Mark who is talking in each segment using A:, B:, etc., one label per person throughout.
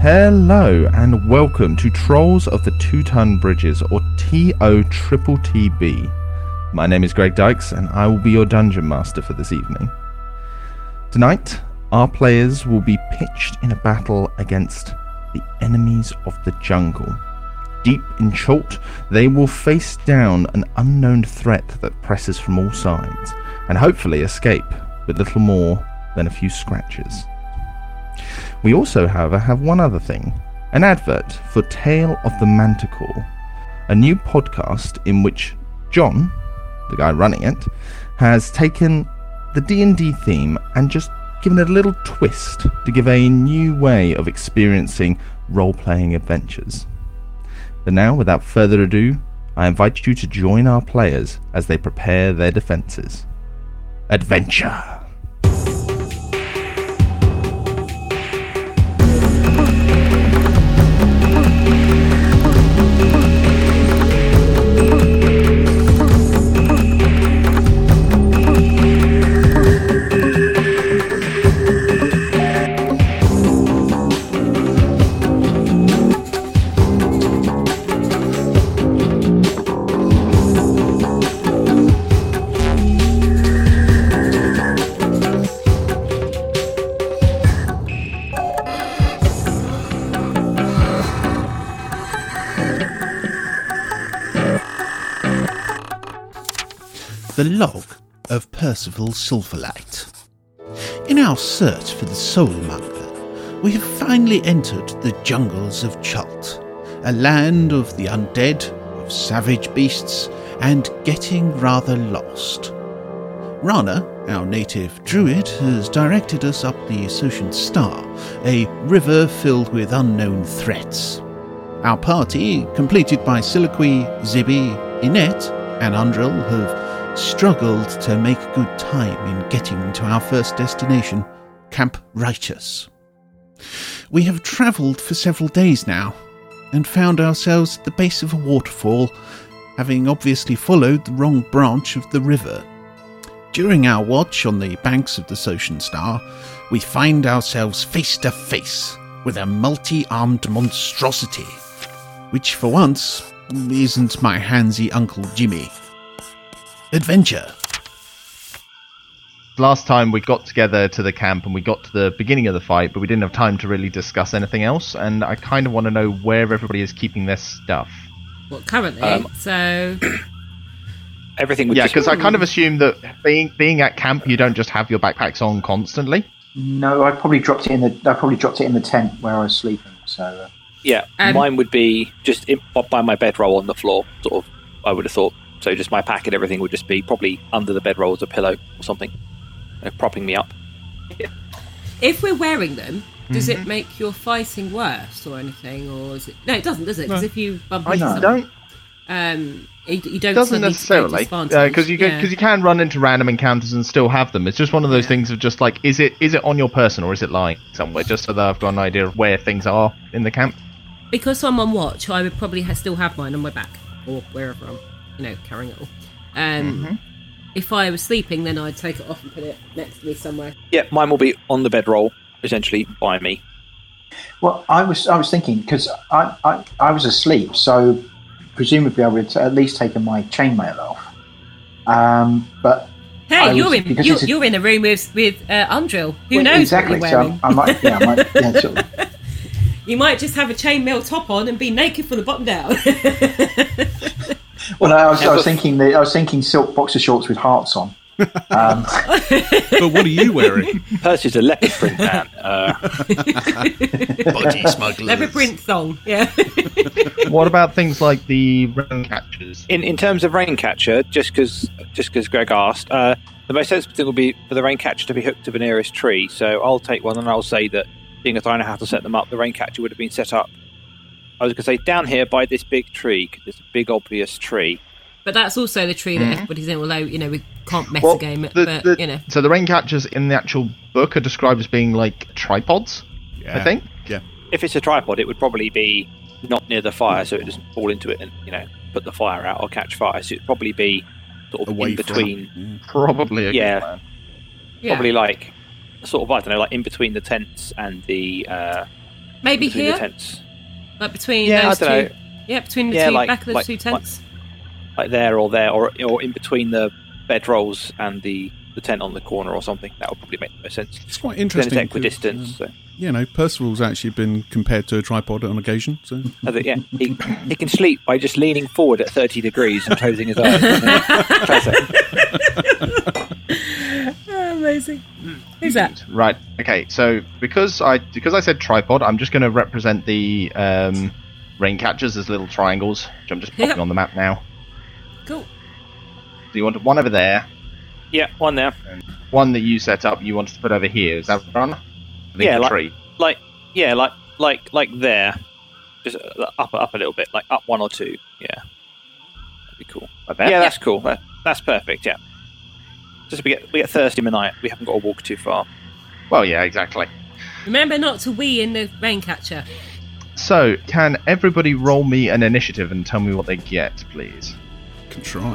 A: Hello and welcome to Trolls of the Two Ton Bridges, or TO Triple TB. My name is Greg Dykes, and I will be your dungeon master for this evening. Tonight, our players will be pitched in a battle against the enemies of the jungle. Deep in Chult, they will face down an unknown threat that presses from all sides, and hopefully escape with little more than a few scratches. We also, however, have one other thing an advert for Tale of the Manticore, a new podcast in which John, the guy running it, has taken the D&D theme and just given it a little twist to give a new way of experiencing role-playing adventures. But now, without further ado, I invite you to join our players as they prepare their defenses. Adventure!
B: the log of Percival Silverlight. In our search for the Soulmonger, we have finally entered the jungles of Chult, a land of the undead, of savage beasts, and getting rather lost. Rana, our native druid, has directed us up the Ascension Star, a river filled with unknown threats. Our party, completed by Siliqui, Zibi, Inet, and Undril, have struggled to make good time in getting to our first destination, Camp Righteous. We have travelled for several days now and found ourselves at the base of a waterfall, having obviously followed the wrong branch of the river. During our watch on the banks of the Socian Star, we find ourselves face to face with a multi armed monstrosity, which for once isn't my handsy Uncle Jimmy. Adventure.
A: last time we got together to the camp and we got to the beginning of the fight, but we didn't have time to really discuss anything else. And I kind of want to know where everybody is keeping their stuff.
C: Well, currently, so
D: Everything would
A: yeah,
D: just-
A: because I kind of assume that being being at camp, you don't just have your backpacks on constantly.
E: No, I probably dropped it in the. I probably dropped it in the tent where I was sleeping. So uh,
D: yeah,
C: Um,
D: mine would be just in, by my bedroll on the floor. Sort of, I would have thought. So just my pack and everything would just be probably under the bedroll as a pillow or something, uh, propping me up.
C: if we're wearing them, does it make your fighting worse or anything, or is it? No, it doesn't, does it? Because if you bump into
E: No.
C: someone,
A: Don't
C: um, you, you don't
A: doesn't
C: suddenly
A: necessarily
C: take
A: because
C: disadvantage.
A: you can,
C: Yeah.
A: cause you can run into random encounters and still have them. It's just one of those things of just like is it is it on your person or is it lying somewhere? Just so that I've got an idea of where things are in the camp.
C: because I'm on watch, I would probably ha- still have mine on my back or wherever I'm, you know, carrying it all. Um, If I was sleeping, then I'd take it off and put it next to me somewhere.
D: Yeah, mine will be on the bedroll essentially by me.
E: well, I was I was thinking because I, I I was asleep, so presumably I would at least taken my chainmail off. Um, but
C: Hey,
E: I
C: you're
E: would-
C: in
E: because
C: you're,
E: it's a-
C: you're in a room with with uh, Undrill. Who
E: Well,
C: knows
E: exactly?
C: what
E: so
C: you're
E: I,
C: wearing?
E: I might yeah I might yeah sort of-
C: You might just have a chainmail top on and be naked from the bottom down.
E: Well, I was, I was thinking the, I was thinking silk boxer shorts with hearts on. Um,
F: But what are you wearing?
D: Percy's a leopard print man. Uh,
B: Body smugglers.
C: Leopard print song. Yeah.
A: what about things like the random catches?
D: in in terms of raincatcher, just because just because Greg asked, uh, the most sensible thing would be for the raincatcher to be hooked to the nearest tree. So I'll take one and I'll say that, seeing as I know how to set them up, the raincatcher would have been set up. I was going to say down here by this big tree, 'cause it's a big obvious tree.
C: But that's also the tree
D: Mm-hmm.
C: that everybody's in, although, you know, we can't mess
A: Well,
C: a game,
A: the-
C: but,
A: the-
C: you know.
A: So the rain catchers in the actual book are described as being like tripods, I think.
F: Yeah.
D: If it's a tripod, it would probably be not near the fire, so it doesn't fall into it and you know put the fire out or catch fire. So it'd probably be sort of
F: Away
D: in
F: from-
D: between,
A: Probably a
D: Yeah.
A: good plan.
C: Yeah.
D: probably like sort of I don't know, like in between the tents and the uh,
C: Maybe
D: between
C: here,
D: the tents,
C: like between
D: Yeah, I
C: those two.
D: dunno.
C: Yeah, between the
D: Yeah,
C: two
D: like-
C: back of those
D: like-
C: two
D: like-
C: tents.
D: like there or there, or or in between the bed rolls and the the tent on the corner or something. That would probably make the most sense.
B: It's quite
D: Then
B: interesting.
D: it's
B: 'cause,
D: equidistant.
B: um,
D: so.
B: you know, Percival's actually been compared to a tripod on occasion. So
D: I think, yeah, he, he can sleep by just leaning forward at 30 degrees and closing his eyes. Tries it.
C: Ah, amazing.
D: Hmm.
C: Who's that?
A: Right. Okay. So because I because I said tripod, I'm just going to represent the um, rain catchers as little triangles, which I'm just popping
C: Yep.
A: on the map now.
C: Cool.
A: So you wanted one over there,
D: yeah, one there.
A: one that you set up. You wanted to put over here. Is that right? I think
D: Yeah,
A: the
D: like-
A: tree.
D: Like, yeah, like, like, like there. Just uh, up, up a little bit, like up one or two. Yeah, that'd be cool.
A: Like that.
D: Yeah, that's cool. That, that's perfect. Yeah. Just we get we get thirsty in the night. We haven't got to walk too far.
A: Well, yeah, exactly.
C: Remember not to wee in the rain catcher.
A: So can everybody roll me an initiative and tell me what they get, please?
B: can try.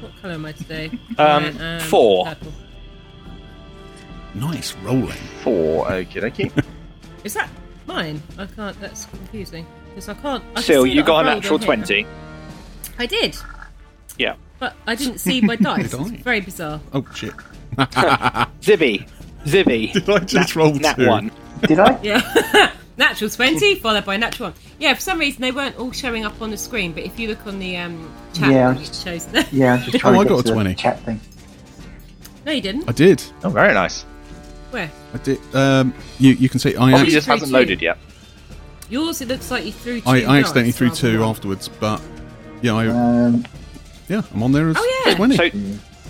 C: What colour am I today?
D: Um,
C: Right, um,
D: four.
C: purple.
B: Nice rolling.
A: Four. Okie dokie.
C: Is that mine? I can't. That's confusing because I can't. I can
D: Still,
C: see
D: you
C: that
D: got a
C: I've rolled
D: natural
C: on here.
D: twenty.
C: I did,
D: Yeah,
C: but I didn't see my dice.
B: Did I?
C: It's very bizarre.
B: Oh shit!
D: Zibby, Zibby.
B: Did I just roll
D: Nat
B: two?
D: one.
E: Did I?
C: Yeah. natural 20 followed by natural 1. Yeah, for some reason they weren't all showing up on the screen, but if you look on the um, chat,
E: Yeah.
C: it shows them.
E: Yeah, I'm just trying
B: Oh, I
E: to get
B: got a
E: to the
B: 20.
E: chat thing.
C: no, you didn't.
B: I did.
A: Oh, very nice.
C: Where?
B: I did. Um, you you can see I
A: Probably
B: ac-
A: just hasn't
C: Three, two.
A: loaded yet.
C: Yours, it looks like you threw two.
B: I, I
C: dice
B: accidentally threw
C: rather than
B: two
C: one.
B: afterwards, but yeah, I
E: Um,
B: yeah I'm on there as
C: Oh, yeah.
B: twenty.
D: So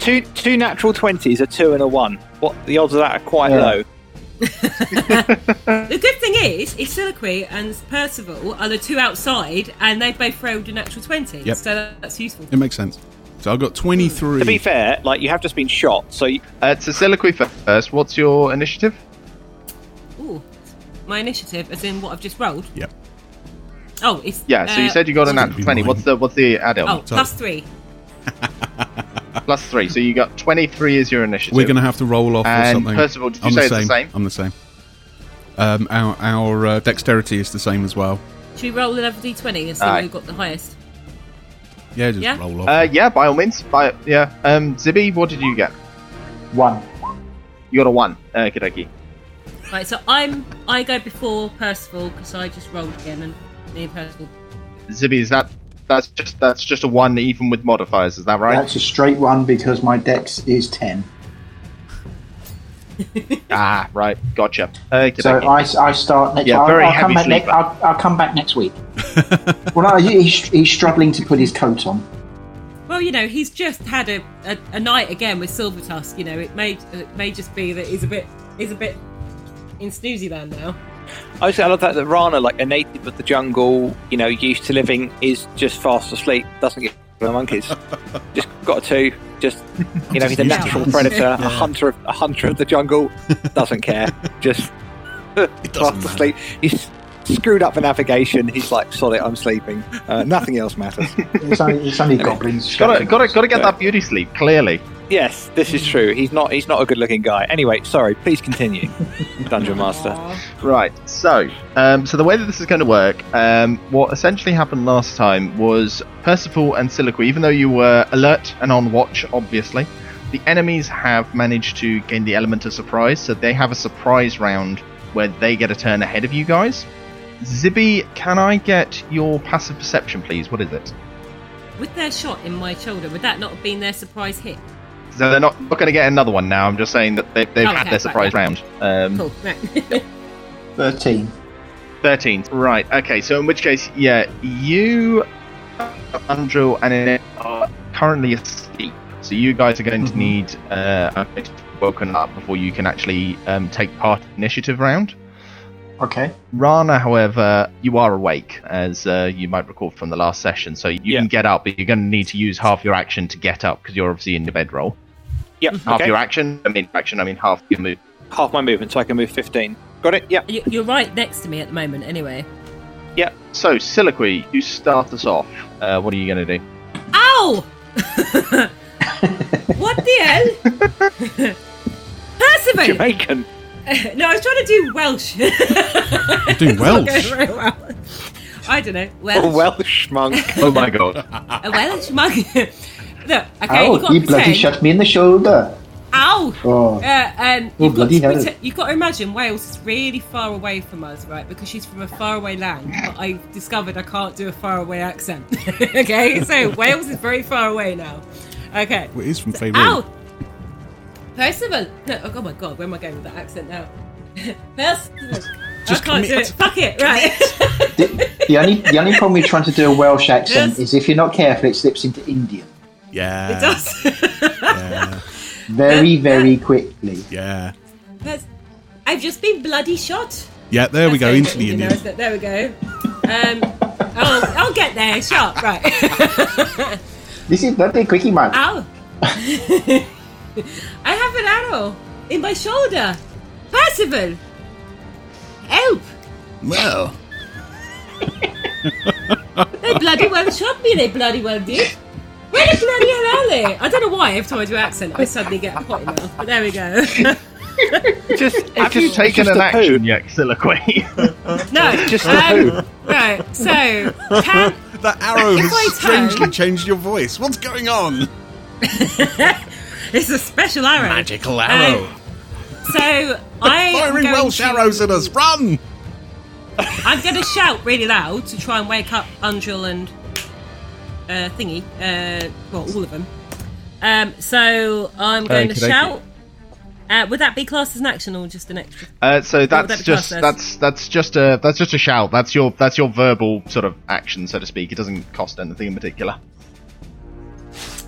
D: two two natural twenties, a two and a one. What the odds of that are quite
E: Yeah.
D: low.
C: The good thing is, Isiloqui and Percival are the two outside, and they both rolled a natural 20,
B: Yep.
C: so that's useful.
B: it makes sense. So I got twenty three.
D: To be fair, like you have just been shot, so you,
A: Uh, to Soliloquy first, what's your initiative?
C: Ooh. My initiative, as in what I've just rolled.
B: Yep.
C: Oh, it's.
A: Yeah, so you
C: uh,
A: said you got a
B: it's gonna
A: natural
B: be
A: 20.
B: mine.
A: What's the what's the add
C: Oh,
A: on?
C: plus three. Oh.
A: Plus 3. So you got 23 is your initiative.
B: We're going to have to roll off or
A: And
B: something.
A: Percival, did you
B: I'm
A: say
B: the
A: it's the
B: same.
A: same?
B: I'm the same. Um, our our uh, dexterity is the same as well.
C: Should we roll another d20 and see
A: Aye.
C: who got the highest?
B: Yeah, just
C: Yeah?
B: roll off.
A: Uh, yeah, by all means. By, yeah. Um, Zibby, what did you get?
E: one.
A: You got a 1. Uh, Kadeki.
C: Right, so I'm I go before Percival because I just rolled again, and me and Percival.
A: Zibby, is that that's just that's just a 1 even with modifiers, is that right?
E: That's a straight one because my dex is 10.
A: ah, right. Gotcha. Uh,
E: So I, I start next
A: Yeah,
E: I'll,
A: very
E: I'll
A: heavy
E: come back next,
A: sleeper.
E: I'll, I'll come back next week. well, no, he- he's, he's struggling to put his coat on.
C: Well, you know, he's just had a, a, a night again with Silver Tusk. You know, it may it may just be that he's a bit he's a bit in snoozy land now.
D: I just I love that that Rana, like a native of the jungle, you know, used to living, is just fast asleep, doesn't get the monkeys. just got a two. Just you know, he's a
B: used to
D: natural
C: it.
D: predator, a hunter, of, a hunter of the jungle, doesn't care. Just fast
B: matter.
D: asleep. He's screwed up for navigation. He's like, solid. I'm sleeping. Uh, nothing else matters.
E: It's only, it's only goblins.
A: Gotta, gotta, gotta get that beauty sleep, clearly.
D: yes, this is true. He's not. He's not a good-looking guy. Anyway, sorry. Please continue, Dungeon Master.
A: Right. So, um, so the way that this is going to work, um, what essentially happened last time was Percival and Siliqui, even though you were alert and on watch, obviously, the enemies have managed to gain the element of surprise. So they have a surprise round where they get a turn ahead of you guys. Zibby, can I get your passive perception, please? What is it?
C: With their shot in my shoulder, would that not have been their surprise hit?
A: So they're not, not going to get another one now. I'm just saying that they, they've
C: Oh,
A: had
C: okay,
A: their surprise round. Um,
C: Cool. Right.
E: 13.
A: 13. Right, okay, so in which case, yeah, you, Andrew, and Annette are currently asleep. So you guys are going
D: Mm-hmm.
A: to need uh, a bit woken up before you can actually um, take part in the initiative round.
E: Okay.
A: Rana, however, you are awake, as uh, you might recall from the last session. So you
D: Yeah.
A: can get up, but you're going to need to use half your action to get up because you're obviously in your bedroll.
D: Yep.
A: Half
D: okay.
A: your action, I mean action, I mean half your move.
D: half my movement, so I can move 15. Got it? Yeah.
C: You- You're right next to me at the moment, anyway.
A: So, Siliqui, you start us off. Uh, what are you going to do?
C: Ow! what the hell? Percival!
D: Jamaican.
C: no, I was trying to do Welsh.
B: You're doing
C: It's
B: Welsh.
C: not going very well. I don't know. Welsh.
D: A Welsh monk.
G: Oh my god.
C: A Welsh mug. Look, okay,
E: Oh,
C: you've got
E: you
C: to
E: bloody
C: pretend.
E: shot me in the shoulder.
C: Ow!
E: Oh.
C: Uh, um,
E: Oh,
C: you've, got
E: bloody
C: to
E: hell.
C: pretend, you've got to imagine Wales is really far away from us, right? Because she's from a faraway land. But I discovered I can't do a faraway accent. okay, so Wales is very far away now. Okay.
B: Well, it is from
C: Ow!
B: Faerun.
C: Percival! No, oh, oh my god, where am I going with that accent now? Percival!
B: Just
C: I can't
B: commit.
C: do it. Fuck it, right.
E: The, the only the only problem with trying to do a Welsh accent
C: Yes.
E: is if you're not careful, it slips into Indian
B: Yeah.
C: it does.
B: Yeah.
E: very very quickly.
B: Yeah.
C: That's, I've just been bloody shot.
B: Yeah, there we go,
C: That's
B: into
C: it,
B: the
C: even though
B: Indian.
C: it's- There we go. Um, I'll, I'll get there. Sharp, right?
E: This is bloody quickie, man.
C: Ow! I have an arrow in my shoulder. Percival, help!
B: Well.
C: They bloody well shot me. They bloody well did. Where the bloody hell are they? I don't know why every time I do accent, I suddenly get a potty mouth. But there we go.
G: Just,
D: Have you-
G: just taken
D: just
G: an
D: a
G: action yet, Soliloquy.
C: No,
D: Just a
C: um, right. So can
B: That arrow
C: If I
B: has
C: turn-
B: strangely changed your voice. What's going on?
C: it's a special arrow?
B: Magical
C: Um,
B: arrow.
C: so I am
B: Firing
C: going
B: Welsh
C: to-
B: arrows at us. Run!
C: I'm going to shout really loud to try and wake up Angel and uh, Thingy. Uh, well, all of them. Um, so I'm going to
G: Okey-dokey.
C: shout. Uh, would that be classed as an action or just an extra?
A: Uh, so
C: would that
A: that's
C: be
A: just
C: processed?
A: that's that's just a that's just a shout. That's your that's your verbal sort of action, so to speak. It doesn't cost anything in particular.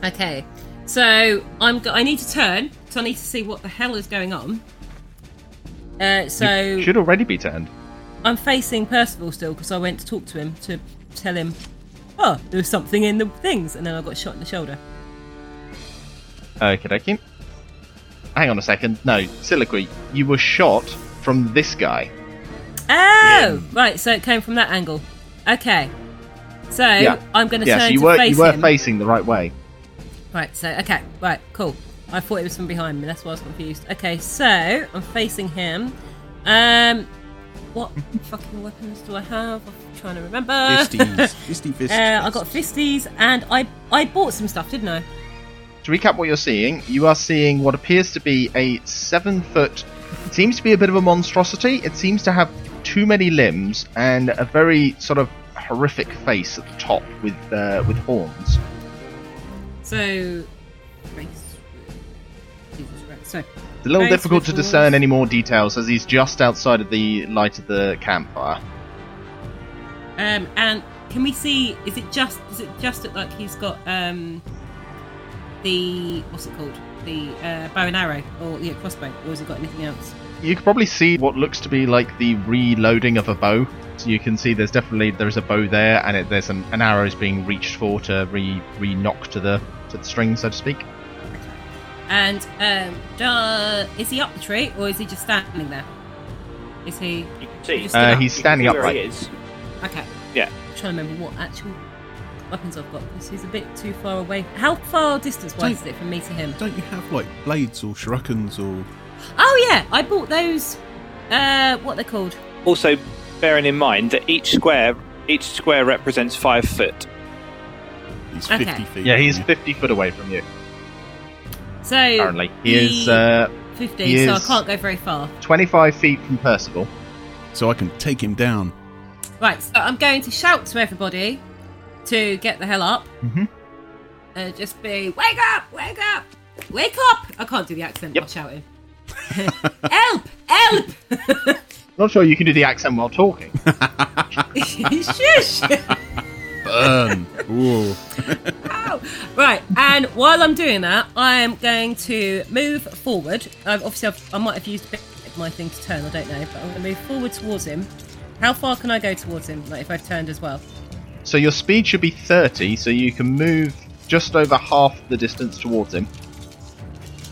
C: Okay. So I'm. Go- I need to turn. So I need to see what the hell is going on. Uh, so
A: Should already be turned.
C: I'm facing Percival still because I went to talk to him to tell him, oh, there was something in the things, and then I got shot in the shoulder.
A: Okay, dokie. Hang on a second. No, Siliqui, you were shot from this guy.
C: Oh, right. So it came from that angle. Okay. So I'm going to
A: yeah,
C: turn
A: so you
C: to
A: were
C: face
A: you were
C: him.
A: facing the right way.
C: right. So okay. Right. Cool. I thought it was from behind me. That's why I was confused. Okay. So I'm facing him. Um, what fucking weapons do I have? I'm trying to remember.
B: Fisties. Fisty fist.
C: Uh, I got fisties, and I I bought some stuff, didn't I?
A: To recap what you're seeing, you are seeing what appears to be a seven foot. It seems to be a bit of a monstrosity. It seems to have too many limbs and a very sort of horrific face at the top with uh, with horns.
C: So. Face. Jesus, right. So.
A: It's a little
C: Nice
A: difficult to
C: visuals.
A: discern any more details as he's just outside of the light of the campfire.
C: Um, and can we see? Is it just? Is it just look like he's got um, the what's it called? The uh, bow and arrow, or yeah, crossbow, or has he got anything else?
A: You can probably see what looks to be like the reloading of a bow. So you can see there's definitely there is a bow there, and it, there's an, an arrow is being reached for to re re knock to the to the string, so to speak.
C: And um, duh, is he up the tree, or is he just standing there? Is he?
D: You can see.
C: Stood
A: Uh,
C: up.
A: he's standing
D: You can see
A: upright.
D: Where he is.
C: Okay.
D: Yeah.
C: I'm trying to remember what actual weapons I've got. This is a bit too far away. How far distance wise is it from me to him?
B: Don't you have like blades or shurikens or
C: Oh yeah, I bought those. Uh, what they're called?
D: Also, bearing in mind that each square each square represents five foot.
B: he's
C: Okay.
B: fifty feet?
A: Yeah, he's
B: from
A: 50 foot away from you.
C: So
A: Apparently, he is uh,
C: 15,
A: he
C: so I
A: is-
C: can't go very far.
A: 25 feet from Percival.
B: you. so I can take him down.
C: Right, so I'm going to shout to everybody to get the hell up. Mm-hmm. And just be, wake up, wake up, wake up. I can't do the accent
A: Yep.
C: while shouting. help, help.
A: Not sure you can do the accent while talking.
C: Shush.
B: Burn. Ooh.
C: Ow. Right, and while I'm doing that, I am going to move forward. I've, obviously, I've, I might have used a bit of my thing to turn, I don't know, but I'm going to move forward towards him. How far can I go towards him, like if I've turned as well?
A: So your speed should be 30, so you can move just over half the distance towards him.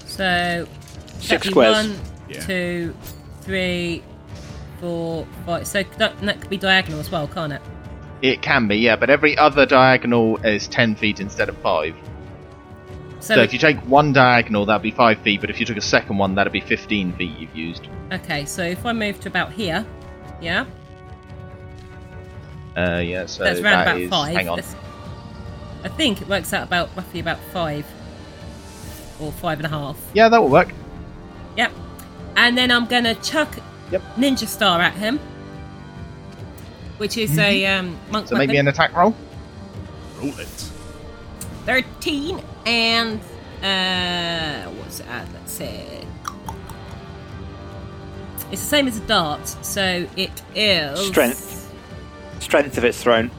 C: So
D: Six
C: that'd be
D: squares.
C: One,
B: Yeah.
C: two, three, four, five. So that, that could be diagonal as well, can't it?
A: It can be, yeah, but every other diagonal is 10 feet instead of 5. So
C: Seven.
A: if you take one diagonal, that'd be five feet. But if you took a second one, that'd be fifteen feet you've used.
C: Okay, so if I move to about here, yeah,
A: Uh, yeah. So
C: that's round
A: that
C: about
A: is-
C: five.
A: Hang on.
C: That's- I think it works out about roughly about five or five and a half.
A: Yeah, that will work.
C: Yep. And then I'm gonna chuck
A: Yep.
C: Ninja Star at him, which is a um, monk
A: Mm-hmm. So
C: weapon.
A: make me an attack roll.
B: Roll it.
C: Thirteen and uh, what's it at? Let's see. It's the same as a dart, so it is
D: Strength. Strength of its thrown.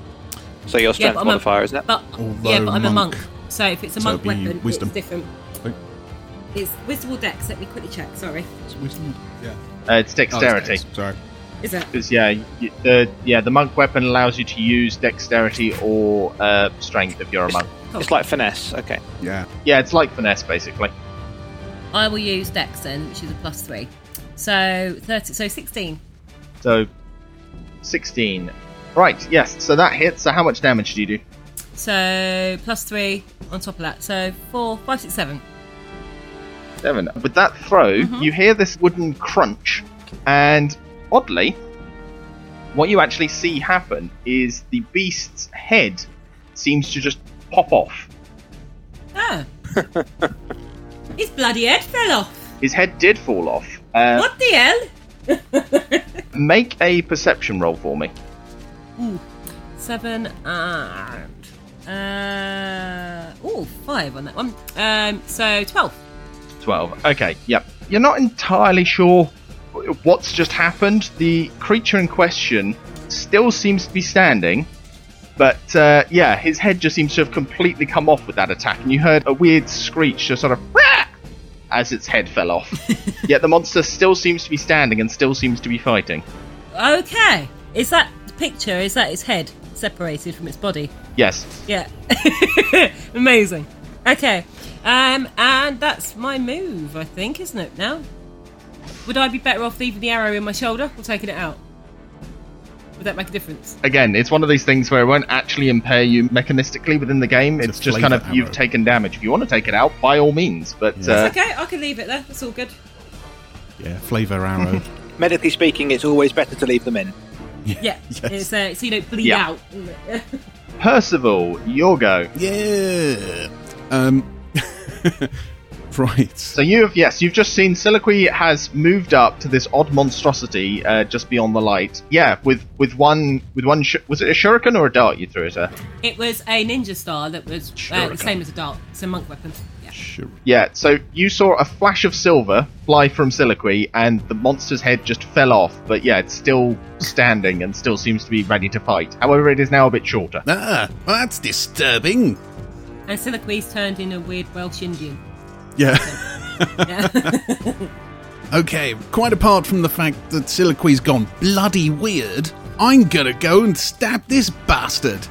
D: So your
C: Yeah,
D: strength
C: but I'm
D: modifier,
C: a,
D: isn't it?
C: But yeah,
B: Although
C: but I'm a
B: monk.
C: monk, so if it's a
B: So
C: monk
B: it'd be
C: weapon,
B: wisdom.
C: it's different.
B: Oh.
C: It's wisdom or dex. Let me quickly check. Sorry,
B: It's wisdom. Yeah.
A: Uh, it's
B: Oh,
A: dexterity.
B: it's dex, Sorry.
C: is it?
A: Because yeah, y- the yeah the monk weapon allows you to use dexterity or uh, strength if you're a monk.
D: It's like finesse. Okay.
B: Yeah.
A: Yeah, it's like finesse basically.
C: I will use Dex then, which is a plus three. So thirty. So sixteen.
A: So sixteen. Right. Yes. So that hits. So how much damage do you do?
C: So plus three on top of that. So four, five, six, seven.
A: Seven. With that throw, you hear this wooden crunch, and oddly, what you actually see happen is the beast's head seems to just pop off.
C: Oh. His bloody head fell off.
A: His head did fall off. Uh,
C: What the hell?
A: make a perception roll for me.
C: Seven and uh oh five on that one. Um, so twelve.
A: 12. Okay, yep. You're not entirely sure what's just happened. The creature in question still seems to be standing, but uh, yeah, his head just seems to have completely come off with that attack, and you heard a weird screech, just sort of "Rah!" as its head fell off. Yet the monster still seems to be standing and still seems to be fighting.
C: Okay. Is that the picture? Is that its head separated from its body?
A: Yes.
C: Yeah. Amazing. Okay. Um, and that's my move, I think, isn't it? Now, would I be better off leaving the arrow in my shoulder or taking it out? Would that make a difference?
A: Again, it's one of these things where it won't actually impair you mechanistically within the game. It's,
B: It's a
A: just kind of
B: flavor
A: you've
B: arrow.
A: taken damage. If you want to take it out, by all means. But uh,
C: It's okay. I can leave it there. That's all good.
B: Yeah. Flavor arrow.
D: Medically speaking, it's always better to leave them in.
C: Yeah. It's uh, so you don't bleed
A: Yeah.
C: out.
A: Percival, your go.
B: Yeah. Um. right.
A: So you have yes, you've just seen Soliloquy has moved up to this odd monstrosity uh, just beyond the light. Yeah, with with one with one sh- was it a shuriken or a dart you threw at her?
C: it was a ninja star that was uh, the
B: Shuriken.
C: same as a dart. It's a monk weapon. Yeah.
B: Sure.
A: Yeah. So you saw a flash of silver fly from Soliloquy, and the monster's head just fell off. But yeah, it's still standing and still seems to be ready to fight. However, it is now a bit shorter.
B: Ah, well, that's disturbing.
C: And Siliqui's turned in a weird Welsh Indian.
B: Yeah.
C: Yeah.
B: okay. Quite apart from the fact that Soliloquy's gone bloody weird, I'm gonna go and stab this bastard.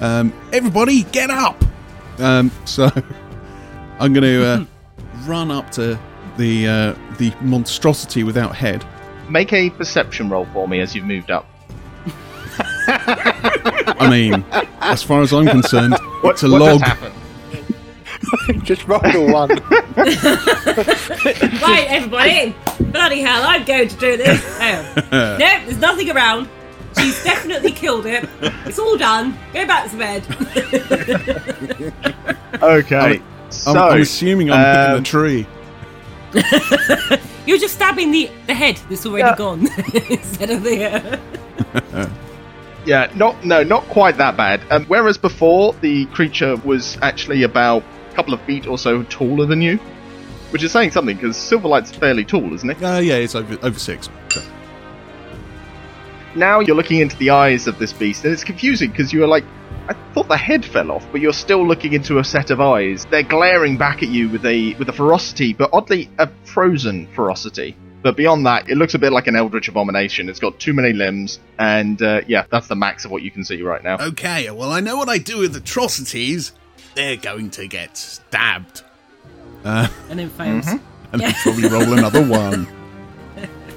B: Um, everybody, get up. Um, so I'm gonna uh, run up to the uh, the monstrosity without head.
A: Make a perception roll for me as you've moved up.
B: I mean, as far as I'm concerned, it's a
A: what
B: log.
A: Just happened?
D: Just roll a one.
C: right, everybody. Bloody hell! I'm going to do this. Hang on. no, there's nothing around. She's definitely killed it. It's all done. Go back to bed.
A: Okay.
B: I'm-
A: so,
B: I'm, I'm assuming I'm hitting
A: um,
B: the tree.
C: You're just stabbing the, the head that's already
A: Yeah.
C: gone instead of the. Uh...
A: Yeah, not no, not quite that bad. Um, whereas before, the creature was actually about a couple of feet or so taller than you, which is saying something because Silverlight's fairly tall, isn't it?
B: Uh, yeah, it's over over six. So,
A: Now you're looking into the eyes of this beast, and it's confusing because you were like, I thought the head fell off, but you're still looking into a set of eyes. They're glaring back at you with a with a ferocity, but oddly a frozen ferocity. But beyond that, it looks a bit like an eldritch abomination. It's got too many limbs, and uh, yeah, that's the max of what you can see right now.
B: Okay, well, I know what I do with atrocities. They're going to get stabbed.
C: And then fails.
A: Mm-hmm.
B: And I'll probably roll another one.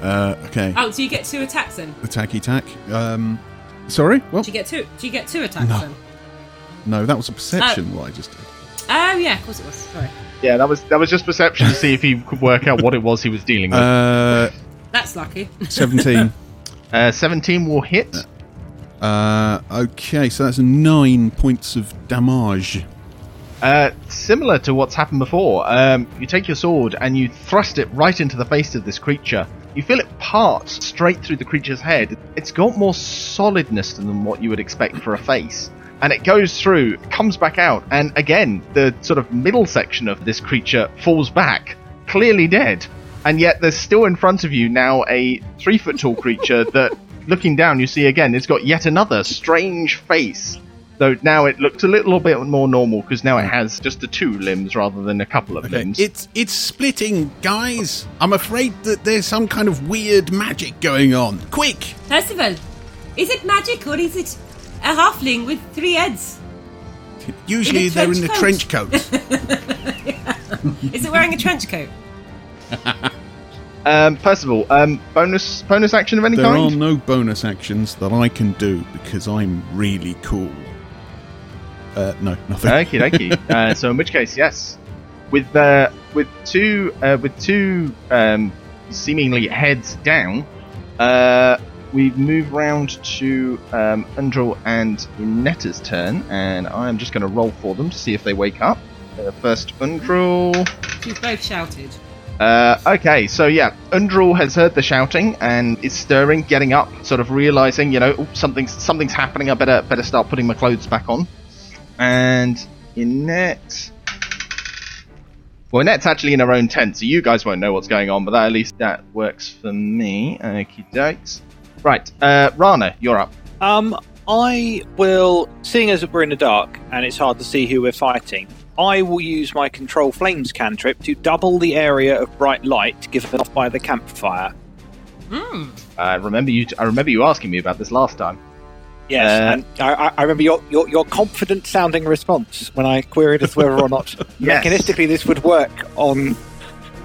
B: Uh, okay.
C: Oh, do you get two attacks then?
B: Attacky tack. Um, sorry? Well,
C: Do you get two? Do you get two attacks
B: No.
C: then?
B: no, that was a perception, what I just did.
C: Oh yeah, of course it was. Sorry,
A: Yeah, that was that was just perception to see if he could work out what it was he was dealing with.
B: Uh,
C: that's lucky.
B: 17.
A: Uh, Seventeen will hit.
B: uh, okay, so that's nine points of damage.
A: Uh, similar to what's happened before, um, you take your sword and you thrust it right into the face of this creature. You feel it part straight through the creature's head. It's got more solidness than what you would expect for a face. And it goes through, comes back out, and again, the sort of middle section of this creature falls back, clearly dead. And yet, there's still in front of you now a three foot tall creature that, looking down, you see again, it's got yet another strange face Though now it looks a little bit more normal because now it has just the two limbs rather than a couple of limbs.
B: It's it's splitting, guys. I'm afraid that there's some kind of weird magic going on. Quick!
C: Percival, is it magic or is it a halfling with three heads?
B: Usually
C: In a
B: they're in the
C: trench
B: trench coat.
C: Is it wearing a trench coat?
A: um, Percival, um, bonus bonus action of any
B: there are
A: kind?
B: no bonus actions that I can do because I'm really cool. Uh, no, nothing.
A: Okie dokie. uh, so in which case, yes, with uh, with two uh, with two um, seemingly heads down, uh, we move round to um, Undril and Inetta's turn, and I am just going to roll for them to see if they wake up. Uh, first, Undril.
C: You both shouted.
A: Uh, okay, so yeah, Undral has heard the shouting and is stirring, getting up, sort of realizing, you know, "Oop, something's something's happening. I better better start putting my clothes back on. And Inette, well, Inette's actually in her own tent, so you guys won't know what's going on, but that, at least that works for me. Okie dokes. Right, uh, Rana, you're up.
D: Um, I will, seeing as we're in the dark and it's hard to see who we're fighting, I will use my control flames cantrip to double the area of bright light given off by the campfire.
A: I remember you. I remember you asking me about this last time.
D: Yes,
A: Uh,
D: and I, I- I remember your, your, your confident sounding response when I queried as to whether or not
A: Yes.
D: mechanistically this would work on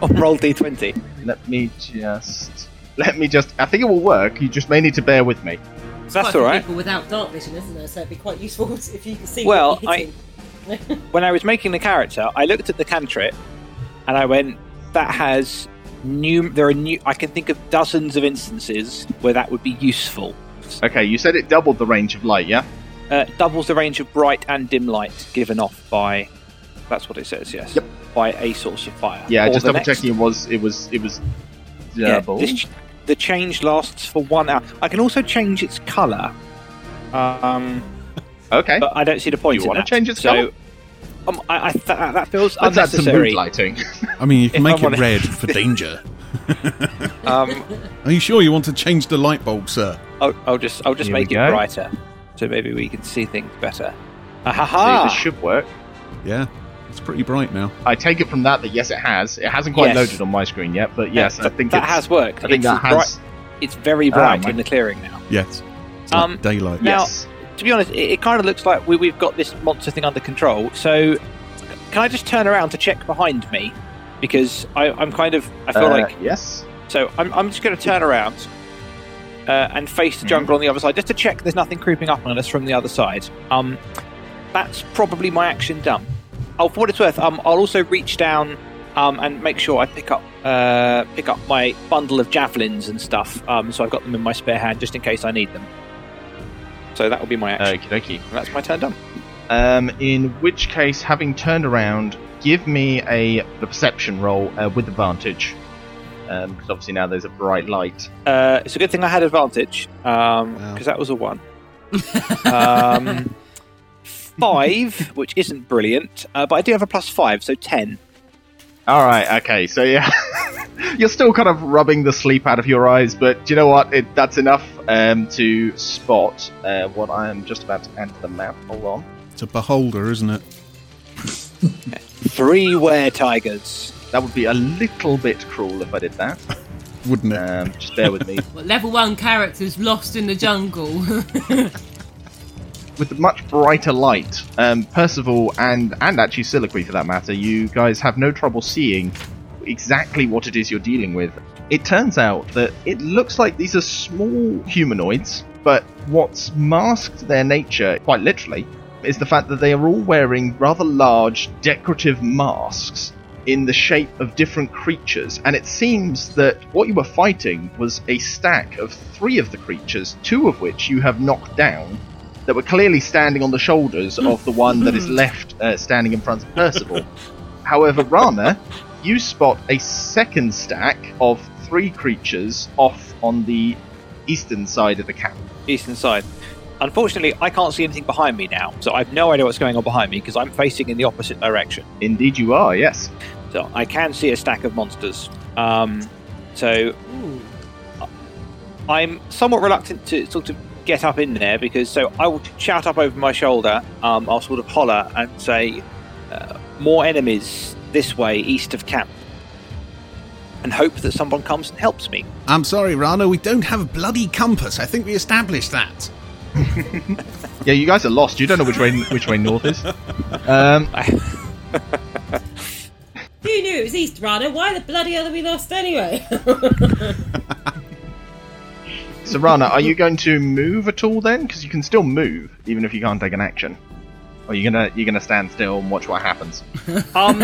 D: on roll d20.
A: Let me just. Let me just. I think it will work. You just may need to bear with me.
D: That's
C: quite a few
D: all right.
C: People without dark vision, isn't there? So it'd be quite useful if you could see.
D: Well,
C: what you're
D: I-
C: hitting.
D: When I was making the character, I looked at the cantrip and I went, "That has new. There are new. I can think of dozens of instances where that would be useful.
A: Okay, you said it doubled the range of light, yeah?
D: Uh, doubles the range of bright and dim light given off by. That's what it says. Yes.
A: Yep.
D: By a source of fire.
A: Yeah,
D: Or
A: just
D: the
A: double
D: next-
A: checking it was it was it was
D: Yeah,
A: double.
D: this ch- the change lasts for one hour. I can also change its color, um,
A: okay.
D: but I don't see the point.
A: You
D: in
A: wanna
D: that.
A: change its
D: so,
A: colour?
D: Um, I, I th- that feels
A: Let's add some mood
D: unnecessary.
A: lighting.
B: I mean, you can
D: If I
B: make it
D: wanna-
B: red for danger.
D: um,
B: Are you sure you want to change the light bulb, sir?
D: I'll, I'll just I'll just
A: Here we
D: make it
A: go.
D: brighter, so maybe we can see things better.
A: See, this
D: Ahaha!
A: should work.
B: Yeah, it's pretty bright now.
A: I take it from that that yes it has. It hasn't quite
D: Yes.
A: loaded on my screen yet, but yes, I
D: that,
A: think
D: that
A: it's,
D: has worked.
A: I think
D: it's
A: that has
D: bright- it's very
A: Ah,
D: bright
A: my-
D: in the clearing now.
B: Yes. It's
D: Um,
B: like daylight.
D: now-
A: yes.
D: To be honest, it, it kind of looks like we, we've got this monster thing under control. So, can I just turn around to check behind me? Because I, I'm kind of I feel
A: Uh,
D: like
A: yes.
D: So I'm, I'm just going to turn around uh, and face the jungle on the other side, just to check there's nothing creeping up on us from the other side. Um, that's probably my action done. Oh, for what it's worth, um, I'll also reach down um, and make sure I pick up uh, pick up my bundle of javelins and stuff. Um, so I've got them in my spare hand just in case I need them. So that will be my
A: Okie
D: action.
A: dokie.
D: And that's my turn done.
A: Um, in which case, having turned around, give me a the perception roll uh, with advantage. Because obviously now there's a bright light.
D: Uh, it's a good thing I had advantage because
B: Wow.
D: that was a one. um, five, which isn't brilliant, uh, but I do have a plus five, so ten.
A: All right, okay, so yeah, you're still kind of rubbing the sleep out of your eyes, but do you know what? It, that's enough um, to spot uh, what I am just about to add to the map. Hold on,
B: It's a beholder, isn't it?
D: Three were tigers.
A: that would be a little bit cruel if I did that.
B: Wouldn't it?
D: uh,
A: Um, just bear with me.
C: Well, level one characters lost in the jungle.
A: With the much brighter light, um, Percival and and actually Siliqui for that matter, you guys have no trouble seeing exactly what it is you're dealing with. It turns out that it looks like these are small humanoids, but what's masked their nature, quite literally, is the fact that they are all wearing rather large decorative masks in the shape of different creatures, and it seems that what you were fighting was a stack of three of the creatures, two of which you have knocked down, that were clearly standing on the shoulders of the one that is left uh, standing in front of Percival. However, Rana, you spot a second stack of three creatures off on the eastern side of the camp.
D: eastern side. Unfortunately, I can't see anything behind me now, so I have no idea what's going on behind me because I'm facing in the opposite direction.
A: Indeed, you are, yes.
D: So I can see a stack of monsters. Um, so I'm somewhat reluctant to sort of get up in there because so I will shout up over my shoulder. Um, I'll sort of holler and say, uh, "More enemies this way, east of camp," and hope that someone comes and helps me.
B: I'm sorry, Rana, we don't have a bloody compass. I think we established that.
A: Yeah, you guys are lost. You don't know which way which way north is. Um,
C: You knew it was East Rana. Why the bloody hell are we lost anyway?
A: so Rana, are you going to move at all then? Because you can still move even if you can't take an action. Or you're gonna you're gonna stand still and watch what happens.
D: Um,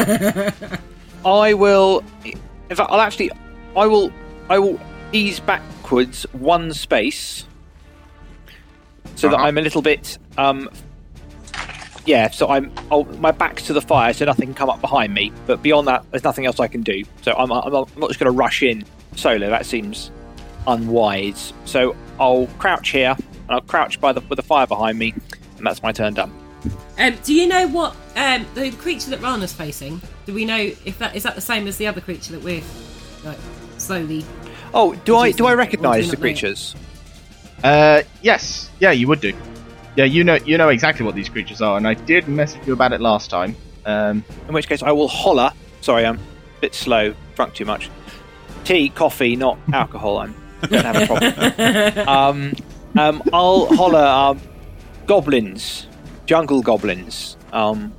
D: I will. In fact, I'll actually. I will. I will ease backwards one space, so that
A: Uh-huh.
D: I'm a little bit. Um, yeah, so I'm. I'll, my back's to the fire, so nothing can come up behind me. But beyond that, there's nothing else I can do. So I'm. I'm not, I'm not just going to rush in solo. That seems unwise. So I'll crouch here, and I'll crouch by the with the fire behind me, and that's my turn done.
C: um, do you know what um, the creature that Rana's facing? Do we know if that is that the same as the other creature that we're like slowly?
D: Oh, do I
C: Interesting.
D: do I
C: What do
D: recognise
C: you
D: the
C: not know?
D: creatures?
A: Uh, yes, yeah, you would do. Yeah, you know you know exactly what these creatures are, and I did message you about it last time. Um,
D: In which case, I will holler. Sorry, I'm a bit slow, drunk too much. Tea, coffee, not alcohol. I'm don't have a problem. um, um, I'll holler um, goblins, jungle goblins. Um,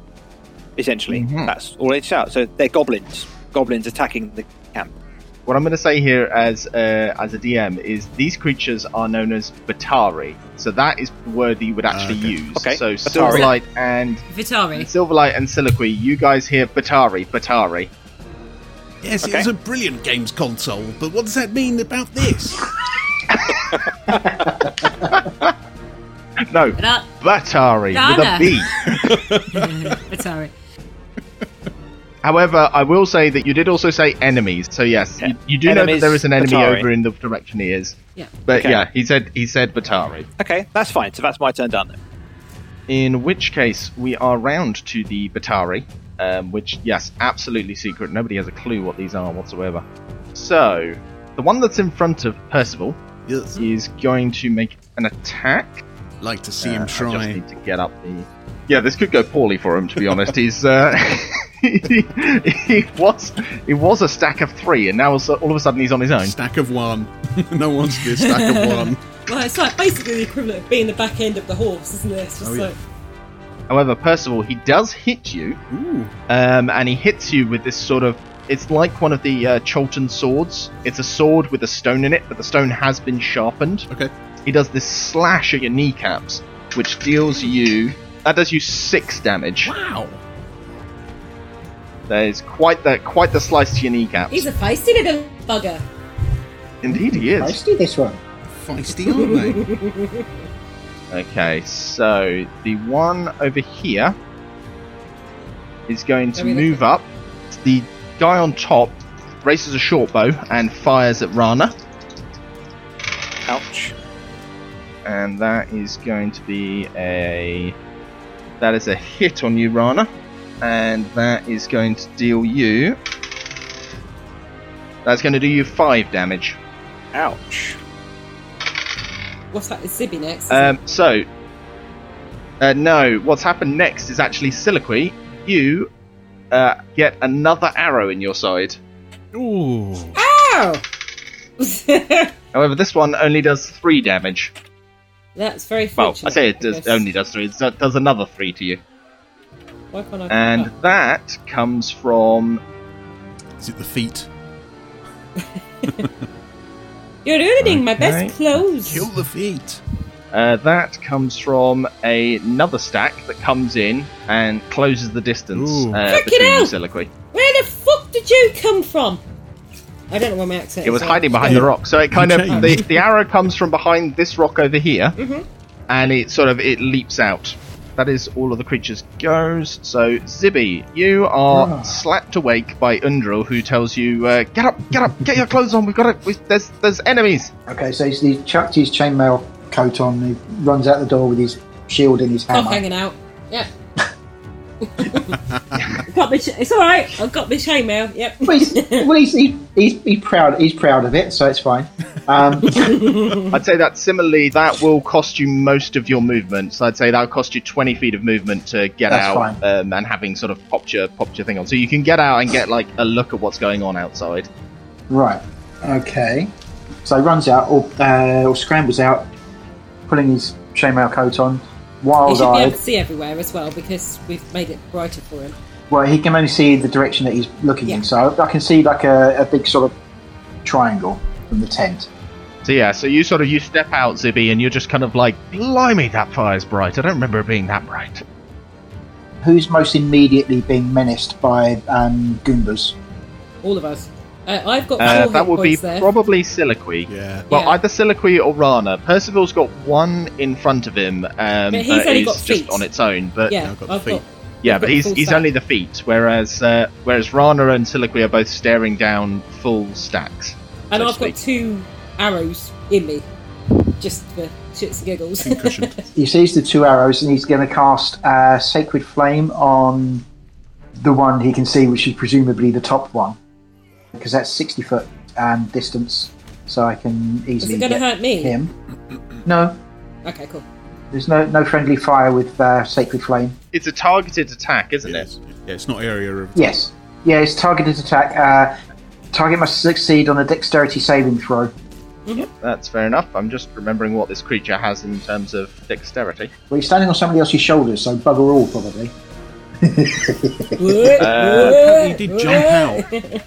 D: essentially, that's all it's out. So they're goblins. Goblins attacking the camp.
A: what I'm going to say here as uh, as a DM is these creatures are known as Batari. So that is the word that you would actually use.
D: Okay,
A: So
D: Batari.
A: Silverlight and
C: Vitari.
A: Silverlight and Soliloquy, you guys hear Batari, Batari.
B: Yes,
D: Okay.
B: it was a brilliant games console, but what does that mean about this?
A: No,
C: That
A: Batari with a
C: Dana.
A: B.
C: Vitari.
A: However, I will say that you did also say enemies. So yes, you, you do know that
D: Enemies,
A: there is an enemy
D: Batari.
A: over in the direction he is.
C: Yeah.
A: But
D: Okay.
A: yeah, he said he said Batari.
D: Okay, that's fine. So that's my turn done. Then.
A: In which case, we are round to the Batari, um, which, yes, absolutely secret. Nobody has a clue what these are whatsoever. So, the one that's in front of Percival
B: Yes.
A: is going to make an attack.
B: Like to see
A: Uh,
B: him
A: I just
B: try.
A: need to get up the. Yeah, this could go poorly for him, to be honest. He's. Uh... he, he was he was a stack of three, and now all of a sudden he's on his own.
B: Stack of one. no one wants to be a stack of one.
C: Well, it's like basically the equivalent of being the back end of the horse, isn't it? It's just
B: Oh, yeah.
C: like
A: However, Percival, he does hit you,
B: Ooh.
A: um, and he hits you with this sort of. It's like one of the uh, Cholton swords. It's a sword with a stone in it, but the stone has been sharpened.
B: Okay.
A: He does this slash at your kneecaps, which deals you. That does you six damage.
B: Wow.
A: That is quite the quite the slice to your kneecaps.
C: he's a feisty little bugger.
A: Indeed, he is.
E: Let's do this one.
B: Feisty, aren't they?
A: Okay, so the one over here is going to
C: Maybe
A: move
C: that's
A: up. The guy on top races a short bow and fires at Rana,
D: Ouch.
A: and that is going to be a that is a hit on you, Rana, and that is going to deal you. That's going to do you five damage.
D: Ouch.
C: What's that? It's Zibby next. isn't
A: Um, so, uh, no, what's happened next is actually Soliloquy. You uh, get another arrow in your side.
B: Ooh.
C: it?
A: However, this one only does three damage.
C: That's very
A: Well,
C: fortunate.
A: I say it does,
C: guess.
A: only does three. It does another three to you,
C: Why can't I Oh, pick
A: and
C: that?
A: that comes from.
B: Is it the feet?
C: you're ruining my
A: Okay.
C: best clothes.
B: Kill the feet.
A: Uh, that comes from a- another stack that comes in and closes the distance
B: Ooh.
A: uh,
C: Fucking
A: between
C: hell!
A: the soliloquy.
C: Where the fuck did you come from? I don't know where my accent
A: It
C: is.
A: was
C: so-
A: hiding behind the rock, so it kind of
B: Changed.
A: the, the arrow comes from behind this rock over here, and it sort of it leaps out. That is all of the creatures goes. So Zibby, you are slapped awake by Undril, who tells you, uh, "Get up, get up, get your clothes on. We've got it. We, there's there's enemies."
E: Okay, so he's, he's chucked his chainmail coat on. He runs out the door with his shield in his
C: I'm
E: hammer.
C: hanging out. Yeah. got me ch- it's all right. I've got my chainmail. Yep.
E: Well, he's, well, he's, he, he's, he's proud. He's proud of it, so it's fine. Um,
A: I'd say that similarly, that will cost you most of your movement. So I'd say that will cost you 20 feet of movement to get
E: That's
A: out um, and having sort of popped your, popped your thing on. So you can get out and get like a look at what's going on outside.
E: right. Okay. So he runs out or, uh, or scrambles out, pulling his chainmail coat on,
C: You should be able
E: wild-eyed.
C: to see everywhere as well because we've made it brighter for him.
E: Well, he can only see the direction that he's looking
C: Yeah.
E: in. So I can see like a, a big sort of triangle from the tent.
A: So yeah, so you sort of you step out, Zibby, and you're just kind of like, blimey, that fire's bright. I don't remember it being that bright.
E: Who's most immediately being menaced by um, Goombas?
C: All of us. Uh, I've got four
A: Uh,
C: hit
A: that would be
C: points there.
A: probably Soliloquy.
B: Yeah.
A: Well,
C: Yeah.
A: either Soliloquy or Rana. Percival's got one in front of him, um,
C: he's
A: that
C: only
A: is
C: got
A: just
C: feet.
A: on its own. But
C: yeah,
B: I've got the
C: I've got.
B: feet.
A: Yeah,
C: We've
A: but
C: got
A: he's
C: full
A: he's
C: stack.
A: only the feet, whereas uh, whereas Rana and Soliloquy are both staring down full stacks. so
C: And
A: to
C: I've got
A: speak.
C: two arrows in me, just for shits and giggles.
B: Cushioned.
E: He sees the two arrows and he's going to cast uh, Sacred Flame on the one he can see, which is presumably the top one, because that's 60 foot um, distance. So I can
C: Is
E: easily
C: it going to
E: get
C: hurt me?
E: him. No,
C: Okay, cool.
E: there's no no friendly fire with uh, Sacred Flame.
A: It's a targeted attack, isn't
B: Yeah,
A: it?
B: it's- yeah, it's not area of.
E: Yes. Yeah, it's targeted attack. Uh, target must succeed on a dexterity saving throw.
A: That's fair enough. I'm just remembering what this creature has in terms of dexterity.
E: Well, you're standing on somebody else's shoulders, so bugger all, probably.
B: He did jump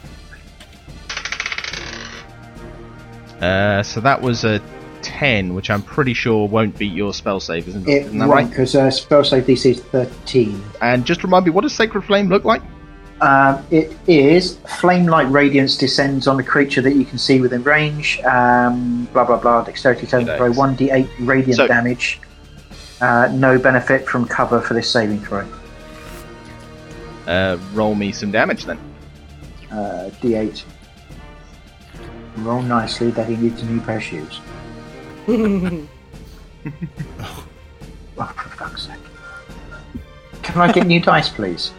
B: out.
A: Uh, so that was a ten, which I'm pretty sure won't beat your spell save, isn't
E: It
A: isn't that
E: won't,
A: right?
E: because uh, spell save DC is 13.
A: And just remind me, what does Sacred Flame look like?
E: Um, it is flame like radiance descends on a creature that you can see within range. Um, blah blah blah. Dexterity saving
A: Yikes.
E: throw, one d8 radiant
A: So-
E: damage. Uh, no benefit from cover for this saving throw.
A: Uh, roll me some damage then.
E: Uh, d8. Roll nicely that he needs a new pair of shoes. oh, for fuck's sake. Can I get new dice, please?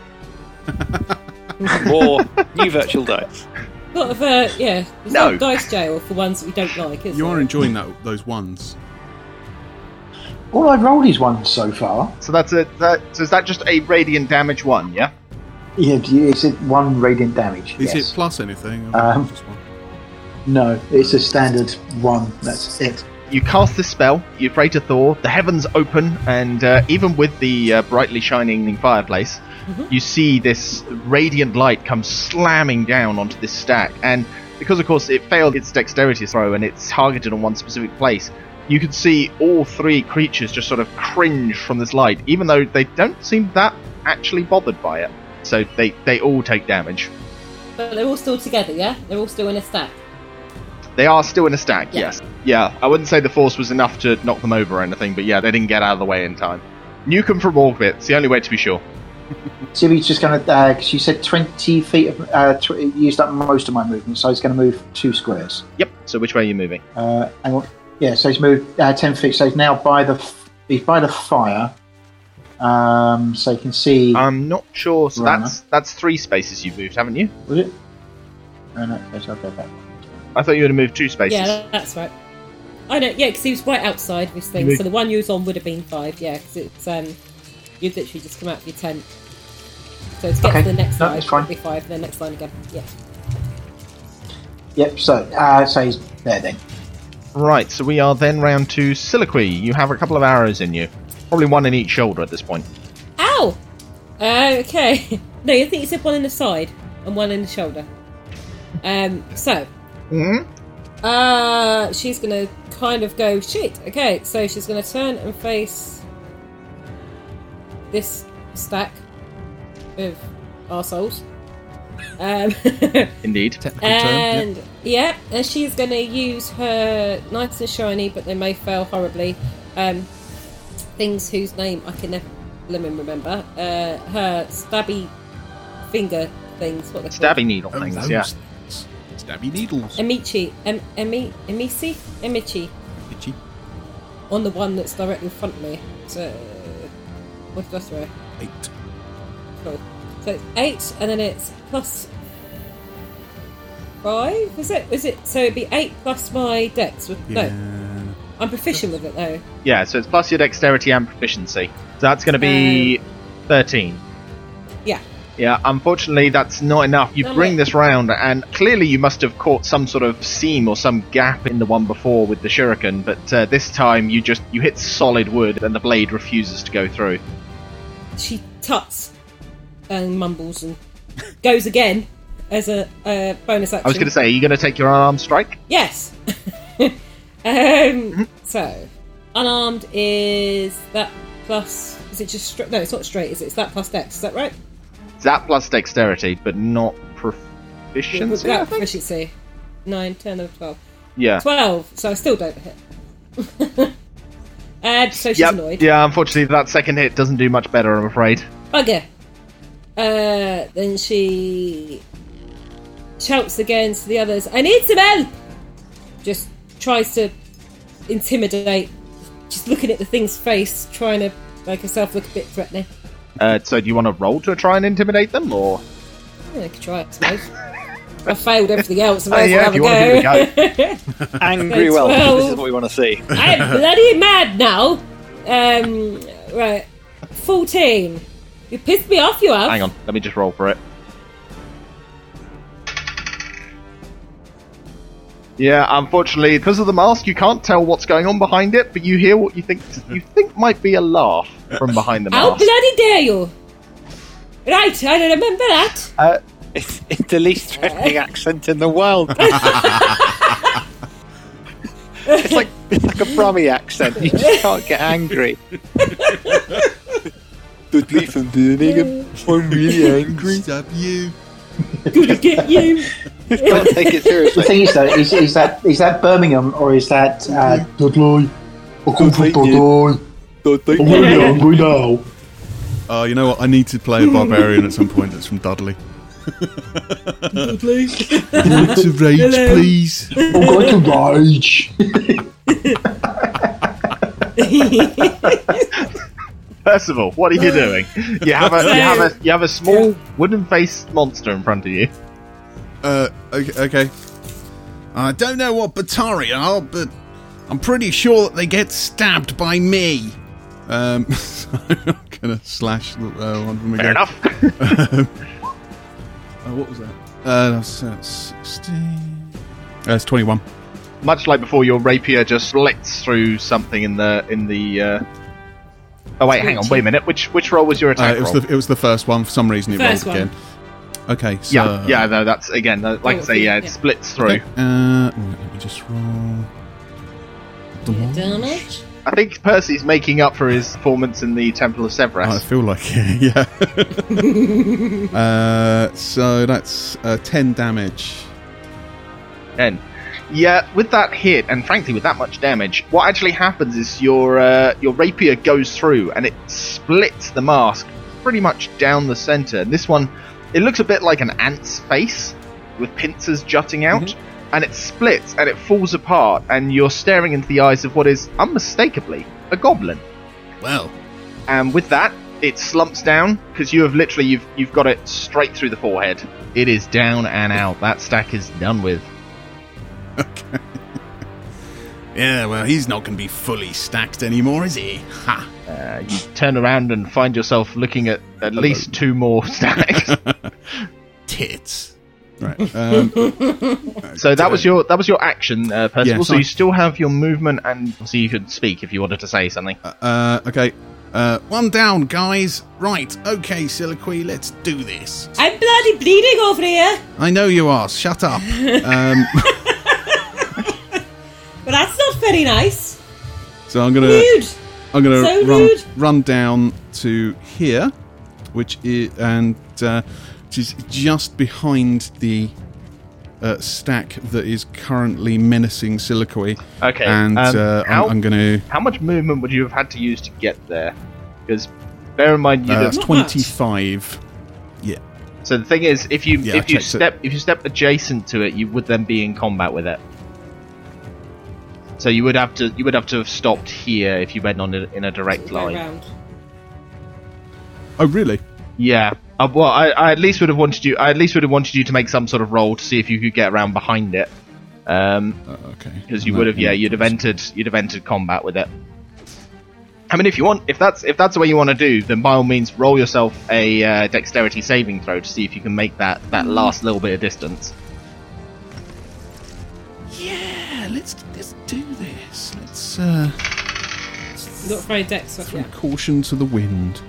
D: More new virtual dice.
C: Sort of, uh, yeah. It's
A: No.
C: like dice jail for ones that we don't like, is
B: You
C: it?
B: are enjoying that those ones.
E: All I've rolled is one so far.
A: So that's a that. So is that just a radiant damage one? Yeah.
E: Yeah, do you- is it one radiant damage?
B: Is
E: yes.
B: it plus anything?
E: Um,
B: Just one.
E: No, it's a standard one. That's it.
A: You cast this spell, you pray to Thor, the heavens open, and uh, even with the uh, brightly shining fireplace, you see this radiant light come slamming down onto this stack. And because, of course, it failed its dexterity throw and it's targeted on one specific place, you can see all three creatures just sort of cringe from this light, even though they don't seem that actually bothered by it. So they, they all take damage.
C: But they're all still together, yeah? They're all still in a stack.
A: They are still in a stack,
C: Yeah.
A: yes. Yeah, I wouldn't say the force was enough to knock them over or anything, but yeah, they didn't get out of the way in time. Nuke them from orbit, it's the only way to be sure.
E: Zibby's just going to, uh, because you said 20 feet, of, uh, tw- used up most of my movement, so he's going to move two squares.
A: Yep, so which way are you moving?
E: Uh, hang on. Yeah, so he's moved uh, 10 feet, so he's now by the, f- he's by the fire. Um, so you can see,
A: I'm not sure, so
E: Right.
A: that's that's three spaces you've moved, haven't you?
E: was it? Oh, no, okay, so I'll go back.
A: I thought you would have moved two spaces.
C: Yeah, that- that's right. I know, yeah, because he was right outside this thing,
A: You-
C: so the one you was on would have been five, yeah, because it's, um, you'd literally just come out of your tent. So to get
E: Okay,
C: to the next
E: no,
C: line,
E: it's fine.
C: it'd be five, then next line again, yeah.
E: Yep, so, uh, so he's there then.
A: Right, so we are then round to Siliqui. You have a couple of arrows in you. Probably one in each shoulder at this point.
C: Ow! Uh, okay. no, I think you said one in the side and one in the shoulder. Um, so,
A: Mm-hmm.
C: Uh, she's gonna kind of go shit. Okay, so she's gonna turn and face this stack of arseholes. Um,
A: Indeed.
H: Technical term.
C: and yeah, and she's gonna use her nice and shiny, but they may fail horribly. Um, things whose name I can never blooming remember. Uh, her stabby finger things. What they
A: Stabby needle
B: Oh,
A: things, yeah.
B: Stabby needles.
C: Amici, em, emi, emisi, emici,
H: Itchy.
C: on the one that's directly in front of me. So, what did I throw?
B: Eight.
C: Cool. So it's eight, and then it's plus five. Is it? Is it? So it'd be eight plus my dex. would- No,
H: Yeah.
C: I'm proficient with it though.
A: Yeah, so it's plus your dexterity and proficiency. So that's going to be 13.
C: Yeah.
A: Yeah, unfortunately, that's not enough. You
C: Damn
A: bring
C: it.
A: this round, and clearly you must have caught some sort of seam or some gap in the one before with the shuriken, but uh, this time you just you hit solid wood, and the blade refuses to go through.
C: She tuts and mumbles and goes again as a, a bonus action.
A: I was going to say, are you going to take your arm strike?
C: Yes. um, so, unarmed is that plus? Is it just straight? No, it's not straight. Is it? It's that plus dex. Is that right?
A: It's that plus dexterity, but not proficiency. I
C: that
A: think?
C: proficiency. Nine, ten, and twelve.
A: Yeah.
C: Twelve. So I still don't hit. and so she's
A: Yep.
C: annoyed.
A: Yeah, unfortunately, that second hit doesn't do much better, I'm afraid.
C: Bugger. Uh, then she shouts again to the others, I need some help! Just tries to intimidate, just looking at the thing's face, trying to make herself look a bit threatening.
A: Uh, so, do you want to roll to try and intimidate them, or
C: Yeah, I could try it, I suppose. I failed everything else, I might as
A: yeah, if you wanna
C: well
A: give
C: have a
A: it
C: go.
D: Angry
C: That's
D: well.
C: well.
D: This is what we want to see.
C: I'm bloody mad now! Um, right. 14. You pissed me off, you have.
A: hang on, let me just roll for it. Yeah, unfortunately, because of the mask, you can't tell what's going on behind it, but you hear what you think you think might be a laugh from behind the
C: How
A: mask.
C: bloody dare you! Right, I remember that.
D: It's, it's the least threatening accent in the world. it's like it's like a Brummy accent. You just can't get angry. Don't listen to them. I'm really angry.
H: Stab you.
C: Gonna get you.
D: Don't take it seriously.
E: The thing is, though, is, is that is that Birmingham or is that uh, Dudley? I come from Dudley.
D: Don't
E: I'm
D: think.
E: really hungry now.
B: Uh,
H: Oh, you know what? I need to play a barbarian at some point. That's from Dudley. Dudley. to rage, please.
E: I'm going to rage.
A: Percival, what are you doing? You have a you have a you have a small wooden faced monster in front of you.
B: Uh, okay, okay. I don't know what Batari are, but I'm pretty sure that they get stabbed by me. Um, so I'm gonna slash the uh, one of them
A: Fair
B: again.
A: enough.
B: Uh, what was that? Uh, that's uh, 16. That's 21.
A: Much like before, your rapier just slits through something in the in the. Uh... Oh wait, hang on, wait a minute. Which which roll was your
B: Uh,
A: attack
B: it was
A: roll?
B: the it was the first one. For some reason, it
C: First
B: rolled
C: one.
B: again. Okay, so
A: Yeah, yeah, no, that's again, uh, like I
C: Oh,
A: say, yeah, it
C: yeah.
A: splits through.
B: Uh, right, let me just roll.
C: Damage.
A: I think Percy's making up for his performance in the Temple of
B: I
A: Severus.
B: feel like yeah. uh, so that's uh, ten damage.
A: Then, yeah, with that hit, and frankly, with that much damage, what actually happens is your uh, your rapier goes through and it splits the mask pretty much down the center. And this one, it looks a bit like an ant's face with pincers jutting out, and it splits and it falls apart, and you're staring into the eyes of what is unmistakably a goblin.
B: Well,
A: and with that it slumps down because you have literally you've you've got it straight through the forehead it is down and out that stack is done with
B: yeah. Well, he's not going to be fully stacked anymore, is he? Ha.
A: uh, you turn around and find yourself looking at at least two more stacks
B: Tits. Right. Um,
A: so that was your that was your action uh, Percival
B: Yes,
A: so
B: I-
A: you still have your movement and so you could speak if you wanted to say something
B: uh, okay. Uh, one down, guys. Right. Okay, Siliqui, let's do this.
C: I'm bloody bleeding over here.
B: I know you are. Shut up. Um,
C: very nice.
B: So I'm gonna
C: Rude.
B: I'm gonna
C: So
B: run
C: rude.
B: run down to here, which is and uh, which is just behind the uh, stack that is currently menacing Siliqui.
A: Okay,
B: and
A: um,
B: uh,
A: how-
B: I'm, I'm gonna
A: How much movement would you have had to use to get there? Because bear in mind, you
B: uh,
A: have
C: much.
B: 25.
A: so the thing is, if you
B: Yeah, I
A: if you
B: checked it.
A: step if you step adjacent to it, you would then be in combat with it. So you would have to you would have to have stopped here if you went on in, in a direct
C: Go
A: line.
C: round.
B: Oh really?
A: Yeah. Uh, well, I, I at least would have wanted you. I at least would have wanted you to make some sort of roll to see if you could get around behind it. Um,
B: Uh, okay.
A: because you
B: No,
A: would have
B: no.
A: yeah you'd have entered you'd have entered combat with it i mean if you want if that's if that's the way you want to do then by all means roll yourself a uh, dexterity saving throw to see if you can make that that last little bit of distance
B: Yeah, let's let's do this. Let's uh,
C: Not very dex, I think.
B: caution to the wind.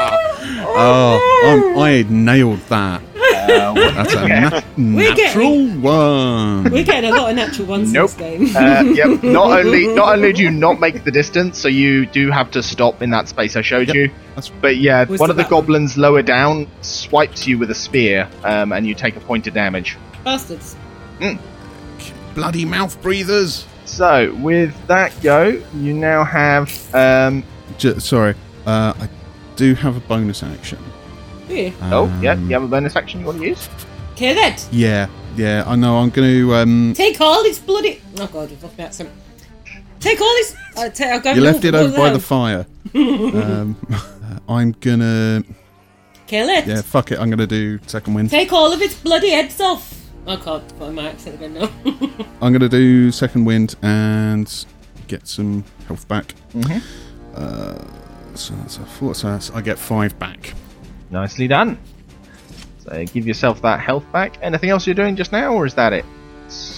B: oh, I'm, I nailed that. That's a na-
C: We're
B: natural one.
C: We're getting a lot of natural ones
A: Nope.
C: in this game.
A: uh, yep not only not only do you not make the distance so you do have to stop in that space i showed you
B: That's-
A: but yeah
C: Where's
A: one
C: the
A: of the
C: map?
A: goblins lower down swipes you with a spear um, and you take a point of damage
C: Bastards.
B: Bloody mouth breathers.
A: so with that go you now have um,
B: J- sorry, uh, I do have a bonus action.
C: Yeah.
A: oh yeah you have a bonus action you want to use
C: Kill it.
B: Yeah, yeah, I know. I'm going to. Um,
C: Take all this bloody. Oh god, you've lost my accent. Take all this. I Uh, ta- I'll go
B: you left it
C: all
B: over by the
C: around.
B: fire. um, I'm gonna.
C: Kill it.
B: Yeah, fuck it. I'm gonna do second wind.
C: Take all of its bloody heads off. I can't find my accent again now.
B: I'm gonna do second wind and get some health back.
A: Mhm.
B: Uh, so that's a four. So that's, I get five back.
A: Nicely done. So give yourself that health back. Anything else you're doing just now, or is that it?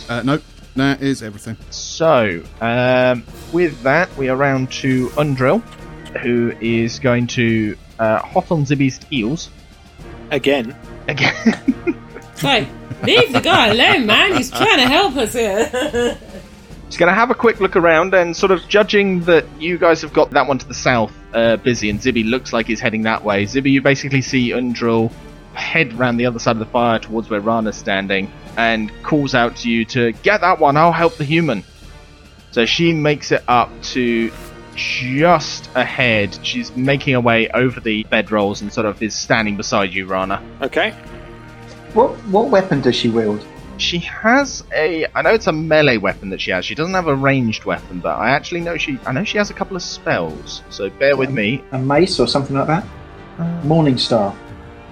B: Uh, nope, that is everything.
A: So, um, with that, we are round to Undrill, who is going to uh, hop on Zibby's heels
D: Again,
A: again.
C: It's like, leave the guy alone, man. He's trying to help us here.
A: He's going to have a quick look around and sort of judging that you guys have got that one to the south uh, busy, and Zibby looks like he's heading that way. Zibby, you basically see Undrill head round the other side of the fire towards where Rana's standing and calls out to you to get that one, I'll help the human. So she makes it up to just ahead. She's making her way over the bedrolls and sort of is standing beside you, Rana.
D: okay.
E: What what weapon does she wield?
A: She has a. I know it's a melee weapon that she has. She doesn't have a ranged weapon, but I actually know she. I know she has a couple of spells. So bear with me.
E: A mace or something like that? Morning Star.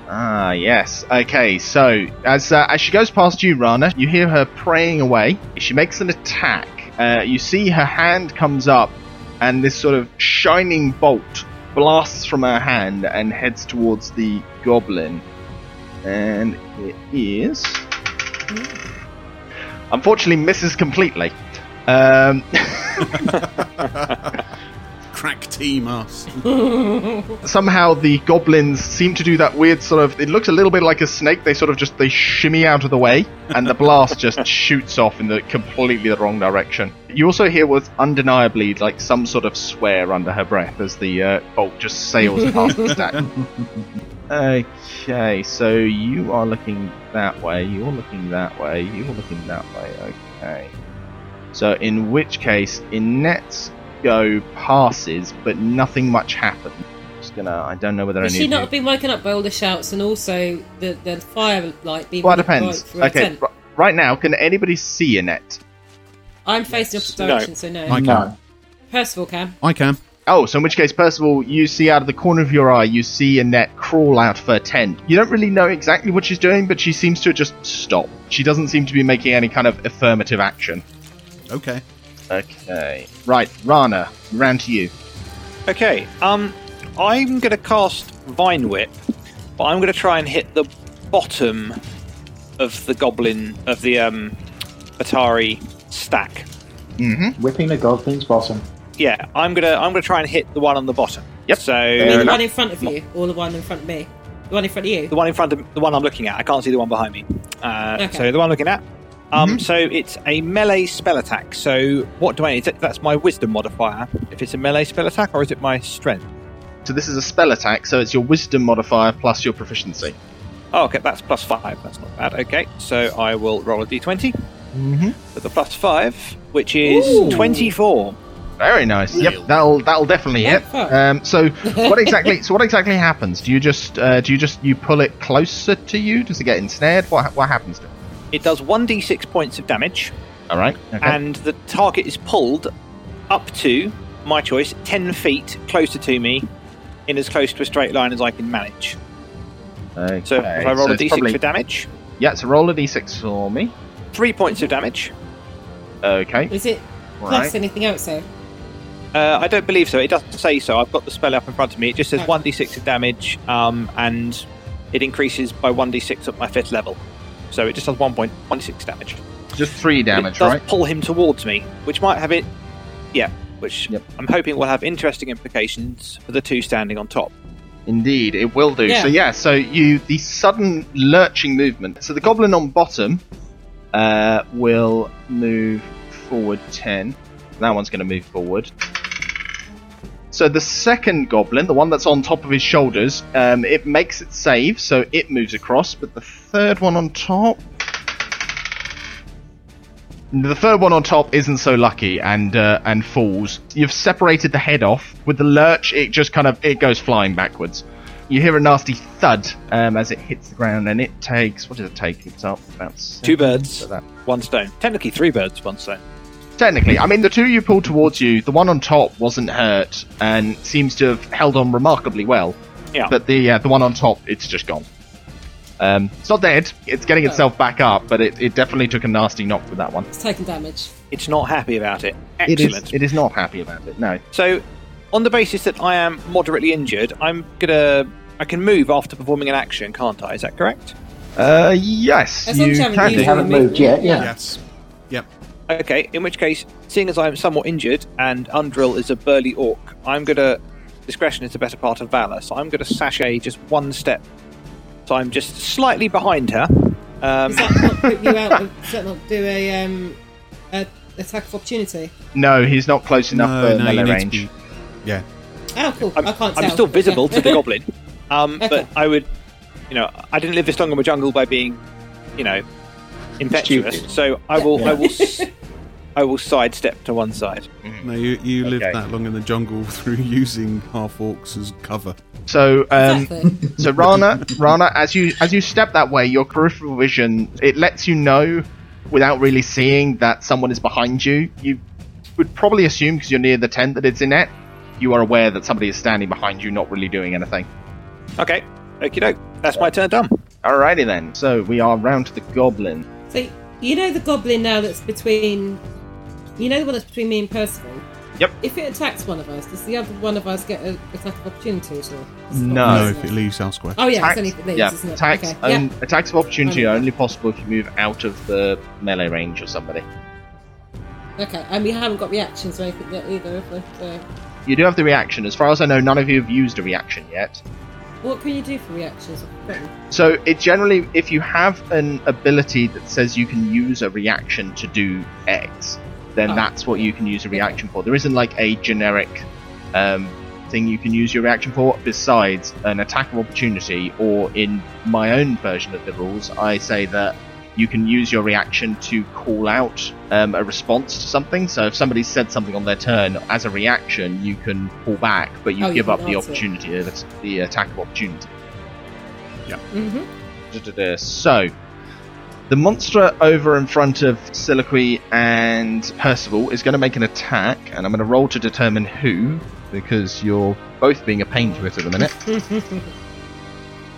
A: Ah, yes. Okay. So as uh, as she goes past you, Rana, you hear her praying away. She makes an attack. Uh, you see her hand comes up, and this sort of shining bolt blasts from her hand and heads towards the goblin. And it is. Unfortunately, misses completely. Um,
B: Crack team us.
A: somehow the goblins seem to do that weird sort of it looks a little bit like a snake they sort of just they shimmy out of the way and the blast just shoots off in the completely the wrong direction you also hear what's undeniably like some sort of swear under her breath as the uh, bolt just sails past the stack okay so you are looking that way you're looking that way you're looking that way okay so in which case Inet's go passes but nothing much happens just gonna. I don't know whether
C: Has
A: any
C: she
A: of
C: not
A: you-
C: been woken up by all the shouts and also the, the fire light being
A: Well, it
C: right
A: depends.
C: through her
A: okay,
C: tent?
A: r- right now, can anybody see Annette?
C: I'm facing the opposite
D: No.
C: direction, so no.
B: I can.
E: No.
C: Percival can.
B: I can.
A: Oh, so in which case, Percival, you see out of the corner of your eye, you see Annette crawl out of her tent. You don't really know exactly what she's doing, but she seems to just stop. She doesn't seem to be making any kind of affirmative action.
B: Okay.
A: Okay. Right, Rana, round to you.
D: Okay, um, I'm going to cast Vine Whip, but I'm going to try and hit the bottom of the goblin of the um, Atari stack.
E: Whipping the goblin's bottom.
D: Yeah, I'm gonna I'm gonna try and hit the one on the bottom.
A: Yep.
D: So
C: I mean, the
A: enough.
C: one in front of you or the one in front of me? The one in front of you?
D: the one in front of the one I'm looking at. I can't see the one behind me. Uh,
C: Okay.
D: So the one I'm looking at. Um, So it's a melee spell attack. So what do I need? That's my wisdom modifier. If it's a melee spell attack, or is it my strength?
A: So this is a spell attack, so it's your wisdom modifier plus your proficiency.
D: Oh, okay, that's plus five. That's not bad. Okay, so I will roll a d20 with a plus five, which is 24.
A: Very nice. Yep, that'll that'll definitely hit. Um, so what exactly? so what exactly happens? Do you just uh, do you just you pull it closer to you? Does it get ensnared? What ha- what happens to it?
D: It does 1d6 points of damage,
A: All right. Okay.
D: and the target is pulled up to my choice 10 feet closer to me in as close to a straight line as I can manage.
A: okay.
D: So if I roll
A: so
D: a
A: it's
D: d6
A: probably-
D: for damage,
A: Yeah, so roll a d6 for me.
D: three points of damage.
A: Okay.
C: Is it plus
A: Right.
C: anything else though?
D: Uh, I don't believe so. It doesn't say so. I've got the spell up in front of me. It just says
C: Okay.
D: 1d6 of damage, um, and it increases by 1d6 at my fifth level. So it just does 1.16 damage.
A: Just three
D: But
A: damage,
D: it does
A: right?
D: pull him towards me, which might have it. Yeah, which
A: Yep.
D: I'm hoping will have interesting implications for the two standing on top.
A: Indeed, it will do.
C: Yeah.
A: So yeah, so you the sudden lurching movement. So the goblin on bottom uh, will move forward ten. That one's going to move forward. So the second goblin, the one that's on top of his shoulders, um, it makes it save, so it moves across. But the third one on top, the third one on top isn't so lucky and uh, and falls. You've separated the head off. With the lurch, it just kind of it goes flying backwards. You hear a nasty thud um, as it hits the ground, and it takes what does it take? It's up about
D: Two
A: seven,
D: birds,
A: so that-
D: one stone. Technically, three birds, one stone.
A: Technically, I mean the two you pulled towards you. The one on top wasn't hurt and seems to have held on remarkably well.
D: Yeah.
A: But the uh, the one on top, it's just gone. Um, it's not dead. It's getting itself back up, but it, it definitely took a nasty knock with that one.
C: It's taking damage.
D: It's not happy about it.
A: It
D: Excellent.
A: is- it is not happy about it. No.
D: So, on the basis that I am moderately injured, I'm gonna. I can move after performing an action, can't I? Is that correct?
A: Uh, yes,
C: As long
A: you
C: as you haven't
A: can
C: used
A: do.
E: You haven't
C: Yeah.
E: moved yet, yeah.
H: Yes. Yep.
D: Okay, in which case, seeing as I'm somewhat injured and Undrill is a burly orc, I'm gonna. Discretion is the better part of valor, so I'm gonna sashay just one step. So I'm just slightly behind her.
C: Does
D: Um,
C: that not put you out? of- Does that not do a um a attack of opportunity?
A: No, he's not close enough
H: No,
A: for
H: no, you
A: melee
H: need
A: range.
H: to be. Yeah.
C: Oh, cool.
D: I'm,
C: I can't
D: I'm
C: tell.
D: still visible
C: Yeah.
D: to the goblin, um,
C: Okay.
D: but I would, you know, I didn't live this long in my jungle by being, you know, impetuous.
E: Stupid.
D: So I will, I will, s- I will sidestep to one side.
H: No, you, you lived
A: Okay.
H: that long in the jungle through using half orcs as cover.
A: So, um,
C: Exactly.
A: so Rana, Rana, as you as you step that way, your peripheral vision it lets you know, without really seeing, that someone is behind you. You would probably assume because you're near the tent that it's in it. You are aware that somebody is standing behind you, not really doing anything.
D: Okay, okie doke. That's my turn done.
A: Alrighty then. So we are round to the goblin.
C: So you know the goblin now that's between, you know the one that's between me and Percival.
A: Yep.
C: If it attacks one of us, does the other one of us get an attack of opportunity at all? It's
A: No.
C: not
H: No,
C: us,
H: if it
C: is it?
H: leaves our square.
C: Oh yeah,
A: Attacks-
C: it's only if it leaves,
A: yeah,
C: isn't it?
A: attacks,
C: Okay.
A: um,
C: yeah.
A: attacks of opportunity
C: Oh,
A: are
C: yeah.
A: only possible if you move out of the melee range of somebody.
C: Okay. And we haven't got reactions or anything yet either. Have we? So,
A: You do have the reaction. As far as I know, none of you have used a reaction yet.
C: what can you do for reactions?
A: So it generally, if you have an ability that says you can use a reaction to do X, then
C: Oh.
A: that's what you can use a reaction for. There isn't like a generic um, thing you can use your reaction for besides an attack of opportunity. Or in my own version of the rules, I say that you can use your reaction to call out um, a response to something. So if somebody said something on their turn as a reaction, you can pull back, but you
C: Oh, you
A: give
C: can
A: up the
C: answer.
A: opportunity, the, the attack of opportunity.
C: Mm-hmm.
A: Da-da-da. So, the monster over in front of Soliloquy and Percival is going to make an attack, and I'm going to roll to determine who, because you're both being a pain to it at the minute.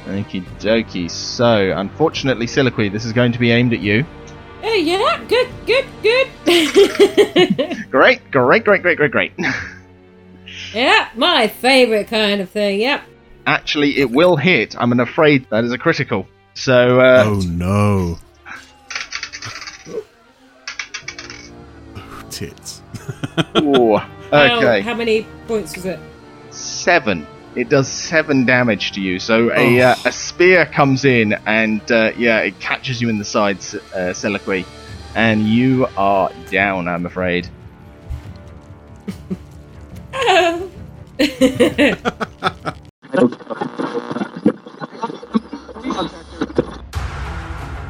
A: Okie dokie. So, unfortunately, Soliloquy, this is going to be aimed at you.
C: Hey, yeah, good, good, good.
A: Great, great, great, great, great, great.
C: yeah, my favourite kind of thing. Yep.
A: Actually, it will hit. I'm afraid that is a critical. So, uh,
H: Oh no. Oh, tits.
A: ooh,
C: How-
A: okay.
C: How, many points was it?
A: seven. It does seven damage to you. So a, uh, a spear comes in and uh, yeah, it catches you in the side, S- uh, Soliloquy, and you are down, I'm afraid.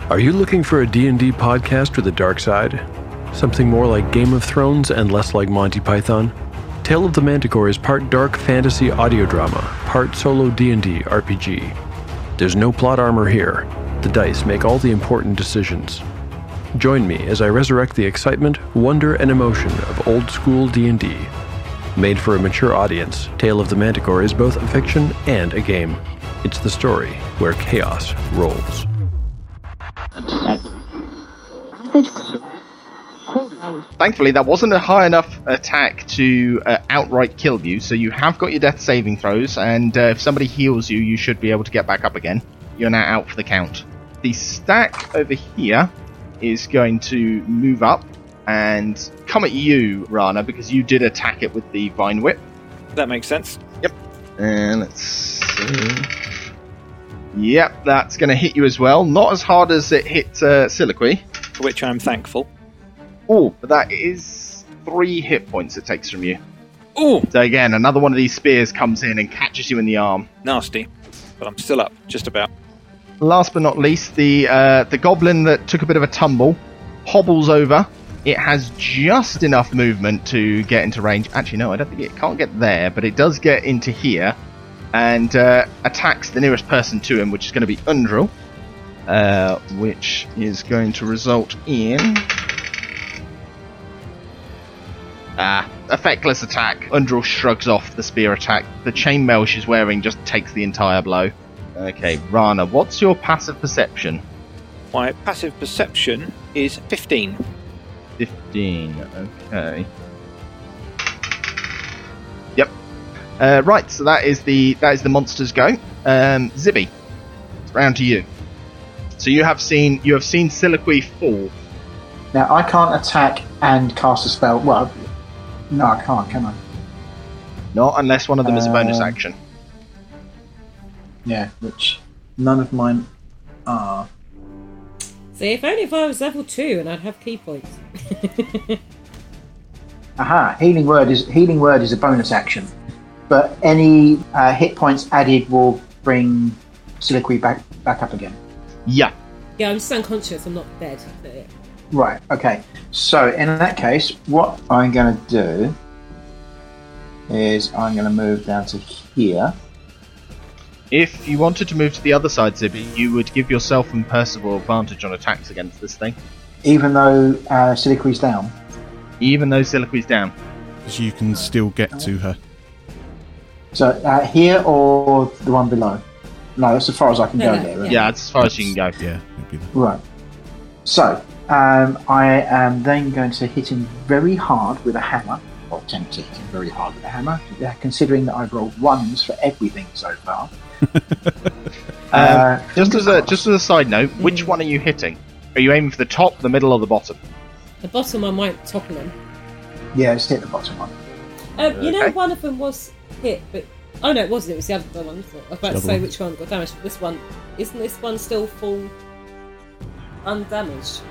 I: Are you looking for a D&D podcast with a dark side? Something more like Game of Thrones and less like Monty Python? Tale of the Manticore is part dark fantasy audio drama, part solo D&D RPG. There's no plot armor here. The dice make all the important decisions. Join me as I resurrect the excitement, wonder, and emotion of old school D&D. Made for a mature audience, Tale of the Manticore is both a fiction and a game. It's the story where chaos rolls.
A: Thankfully, that wasn't a high enough attack to uh, outright kill you, so you have got your death saving throws, and uh, if somebody heals you, you should be able to get back up again. You're now out for the count. The stack over here is going to move up and come at you, Rana, because you did attack it with the vine whip.
D: That makes sense.
A: And let's see. Yep, that's going to hit you as well. Not as hard as it hit uh, Siliqui.
D: For which I'm thankful.
A: Oh, but that is three hit points it takes from you.
D: Oh,
A: So again, another one of these spears comes in and catches you in the arm.
D: nasty. But I'm still up, just about.
A: Last but not least, the uh, the goblin that took a bit of a tumble hobbles over. It has just enough movement to get into range. Actually, no, I don't think it can't get there, but it does get into here and uh, attacks the nearest person to him, which is going to be Undril, uh, which is going to result in ah, a feckless attack. Undril shrugs off the spear attack. The chainmail she's wearing just takes the entire blow. Okay, Rana, what's your passive perception?
D: My passive perception is 15.
A: 15. Okay. Yep. Uh, right, so that is the that is the monster's go. Um, Zibby, it's round to you. So you have seen you have seen Siliqui fall.
E: Now, I can't attack and cast a spell. Well, no, I can't, can I?
A: Not unless one of them is a bonus
E: Um,
A: action.
E: Yeah, which none of mine are.
C: See, if only if I was level two and I'd have key points.
E: Aha! Healing word is healing word is a bonus action, but any uh, hit points added will bring Siliqui back back up again.
A: Yeah.
C: yeah, I'm just unconscious. I'm not dead. So, yeah.
E: Right. Okay. So in that case, what I'm going to do is I'm going to move down to here.
A: If you wanted to move to the other side, Zibby, you would give yourself and Percival advantage on attacks against this thing,
E: Even though uh, Siliqui's down,
A: even though Siliqui's down.
H: Because you can still get to her.
E: so uh, here or the one below. No, that's as far as I can
C: No,
E: go
C: no,
E: there.
C: yeah.
E: Really.
A: Yeah, that's as far as you can go.
H: Yeah, it'll be there.
E: Right. So, um, I am then going to hit him very hard with a hammer, or attempt to hit him very hard with a hammer, considering that I've rolled ones for everything so far. uh,
A: Just as a just as a side note, which one are you hitting? Are you aiming for the top, the middle, or the bottom?
C: The bottom, I might topple them.
E: yeah, just hit the bottom one.
C: Um, you know,
A: Okay.
C: one of them was hit, but oh no, it wasn't. It was the other one. wasn't it? I was about to say which one got damaged. But this one isn't. This one still full undamaged.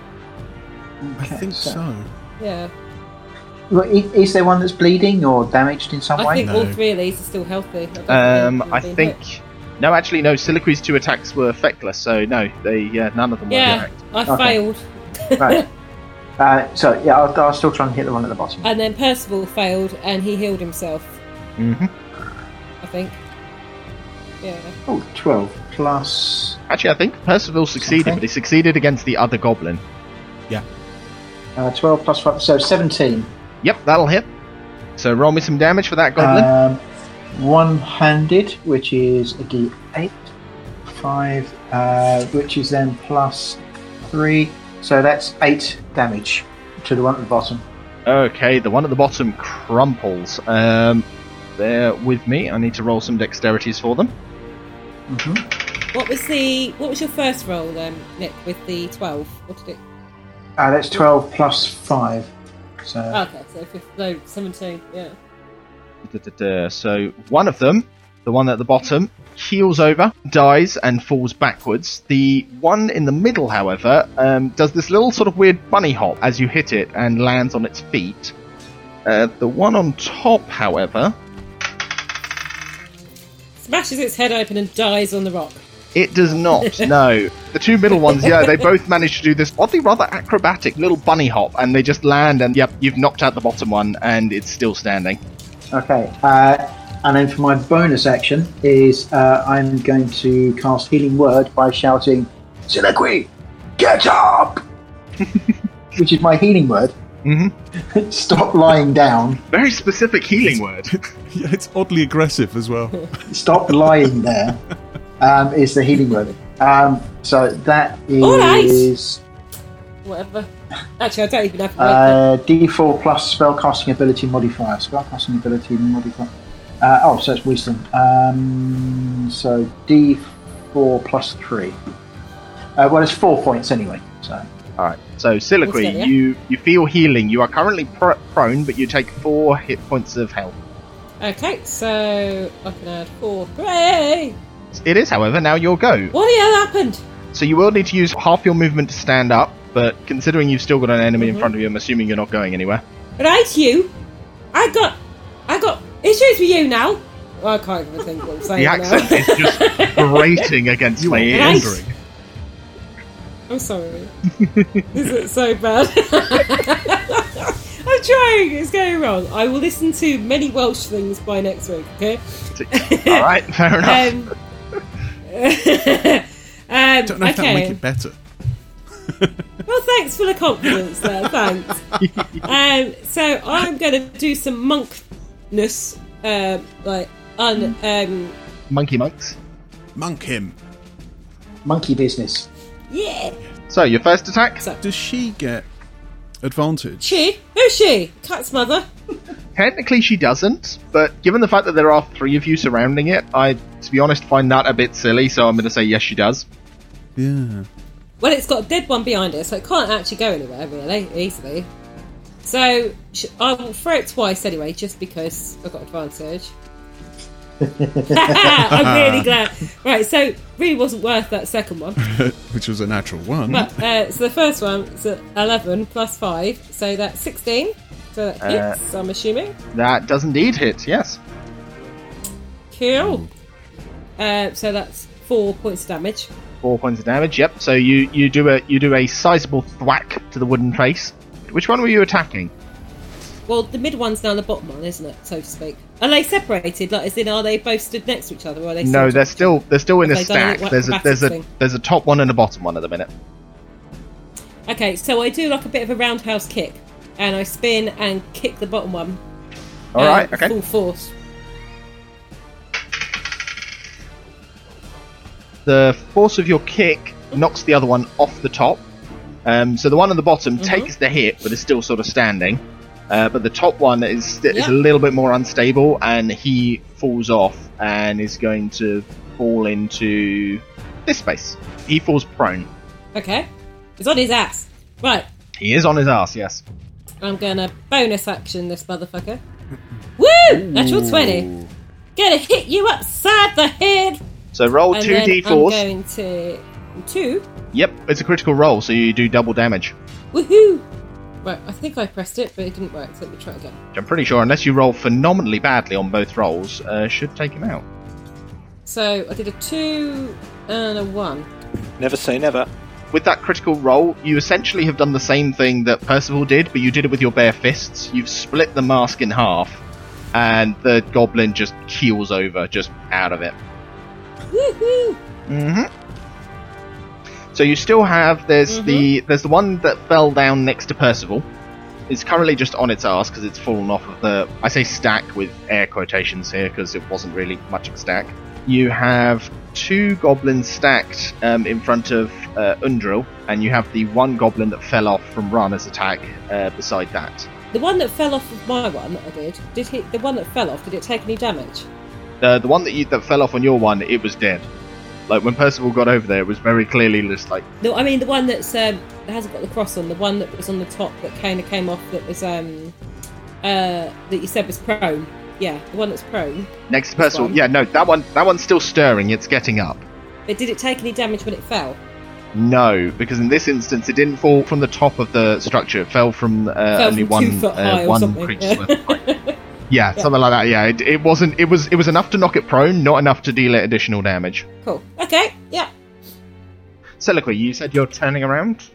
H: I think so.
C: Yeah,
E: Well, i- is there one that's bleeding or damaged in some
C: I
E: way?
C: think
H: No.
C: all three of these are still healthy. I don't
A: Um,
C: think they've
A: I
C: been
A: think.
C: hit.
A: No, actually, no. Siliqui's two attacks were feckless, so no, they uh, none of them were
C: Yeah,
A: direct.
C: I
E: Okay.
C: failed,
E: Right. Uh, so yeah, I'll, I'll still try and hit the one at the bottom.
C: and then Percival failed, and he healed himself.
A: Mm-hmm.
C: I think. Yeah.
E: Oh, 12 plus.
A: Actually, I think Percival succeeded,
E: Okay.
A: but he succeeded against the other goblin.
E: Uh, 12 plus 5, so 17.
A: Yep, that'll hit. So roll me some damage for that goblin.
E: Um, one handed, which is a d8, 5, uh, which is then plus 3, so that's 8 damage to the one at the bottom.
A: okay, the one at the bottom crumples. Um, bear with me. I need to roll some dexterities for them.
C: What was the What was your first roll, um, Nick, with the twelve? What did it?
E: Uh, that's 12 plus 5. So,
C: Oh, okay, so fif- no, seventeen. Yeah.
A: Da-da-da. So one of them The one at the bottom heals over, dies, and falls backwards. The one in the middle, however, um, does this little sort of weird bunny hop as you hit it and lands on its feet. Uh, the one on top, however,
C: Smashes its head open and dies on the rock.
A: It does not. No, the two middle ones. Yeah, they both manage to do this oddly rather acrobatic little bunny hop, and they just land. And yep, you've knocked out the bottom one, and it's still standing.
E: Okay. Uh, and then for my bonus action is uh, I'm going to cast Healing Word by shouting, Siliqui, get up! Which is my healing word. Mm-hmm. Stop lying down.
A: Very specific healing word.
H: Yeah, it's oddly aggressive as well.
E: Stop lying there um, is the healing word. Um, so that
C: All right.
E: is
C: Whatever. Actually, I don't even have to
E: uh, D4 plus spellcasting ability modifier. Spellcasting ability modifier. Uh, oh, so it's wisdom. Um, so D4 plus three. Uh, well, it's four points anyway. So
A: All right. So
C: What's
A: Siliqui,
C: that, yeah?
A: you you feel healing. You are currently pr- prone, but you take four hit points of health.
C: make that. Okay, so I can add four. Hooray!
A: It is, however, now your go.
C: What the hell happened?
A: So you will need to use half your movement to stand up. But considering you've still got an enemy
C: Mm-hmm.
A: in front of you, I'm assuming you're not going anywhere.
C: Right, you. I got, I got issues with you now. Oh, I can't even think what I'm
A: The
C: saying now.
A: accent is just grating against my ears.
C: Right. I'm sorry. this is so bad. I'm trying. It's going wrong. I will listen to many Welsh things by next week. Okay.
A: All right, fair enough.
C: Um, um,
H: Don't know if that'll
C: okay.
H: make it better.
C: Well, thanks for the confidence there. Thanks. um, so I'm going to do some monkness, um, like un. Um,
A: Monkey monks.
B: Monk him.
E: monkey business.
C: yeah.
A: So your first attack,
B: Does she get advantage?
C: She? Who's she? Cat's mother.
A: technically she doesn't, but given the fact that there are three of you surrounding it, I, to be honest, find that a bit silly. So I'm going to say yes, she does.
B: Yeah.
C: Well, it's got a dead one behind it, so it can't actually go anywhere really easily. So sh- I will throw it twice anyway, just because I've got advantage. I'm really glad. Right, so really wasn't worth that second one.
B: Which was a natural one.
C: But uh, so the first one is a 11 plus 5, so that's 16. So that
A: Uh.
C: hits, I'm assuming.
A: That does indeed hit. Yes.
C: Cool.
A: Hmm.
C: Uh, so that's 4 points of damage.
A: Four points of damage. Yep. So you you do a you do a sizable thwack to the wooden face. Which one were you attacking?
C: Well, the mid one's now the bottom one, isn't it, so to speak? Are they separated? Like, as in, are they both stood next to each other? Or are they
A: No,
C: sorted?
A: they're still they're still in
C: Have
A: this
C: they done it
A: stack.
C: like
A: There's a
C: acrobatics
A: there's a
C: thing?
A: there's a top one and a bottom one at the minute.
C: Okay, so I do like a bit of a roundhouse kick, and I spin and kick the bottom one.
A: All
C: uh,
A: right. Okay.
C: Full force.
A: the force of your kick knocks the other one off the top. Um, so the one on the bottom takes the hit, but is still sort of standing. Uh, but the top one is is
C: Yeah.
A: a little bit more unstable, and he falls off and is going to fall into this space. He falls prone.
C: Okay, it's on his ass. Right,
A: He is on his ass. Yes.
C: I'm gonna bonus action this motherfucker. Woo! Natural twenty. Gonna hit you upside the head.
A: So roll
C: And
A: two
C: then
A: d4s.
C: I'm going to two.
A: Yep, it's a critical roll, so you do double damage.
C: Woohoo! Right, I think I pressed it, but it didn't work. So let me try again.
A: Which I'm pretty sure, unless you roll phenomenally badly on both rolls, uh, should take him out.
C: So I did a two and a one.
D: Never say never.
A: with that critical roll, you essentially have done the same thing that Percival did, but you did it with your bare fists. You've split the mask in half, and the goblin just keels over, just out of it.
C: Woohoo!
A: So you still have there's the there's the one that fell down next to Percival. It's currently just on its ass because it's fallen off of the I say stack with air quotations here because it wasn't really much of a stack. You have two goblins stacked um, in front of uh, Undril, and you have the one goblin that fell off from Rana's attack uh, beside that.
C: The one that fell off of my one that I did did hit the one that fell off. Did it take any damage?
A: The the one that you, that fell off on your one, it was dead. Like when Percival got over there, it was very clearly just like
C: No, I mean the one that's um, that hasn't got the cross on. The one that was on the top that kind of came off. That was um, uh, that you said was prone. Yeah, the one that's prone.
A: Next person.
C: one.
A: Yeah, no, that one. That one's still stirring. It's getting up.
C: But did it take any damage when it fell?
A: No, because in this instance, it didn't fall from the top of the structure. It fell from uh,
C: fell
A: only
C: from
A: one
C: two foot
A: uh,
C: high or
A: one
C: something.
A: creature's worth of height. Yeah, something like that. Yeah, it, it wasn't. It was. It was enough to knock it prone, not enough to deal it additional damage.
C: Cool. Okay. Yeah.
A: Seliqui, you said you're turning around.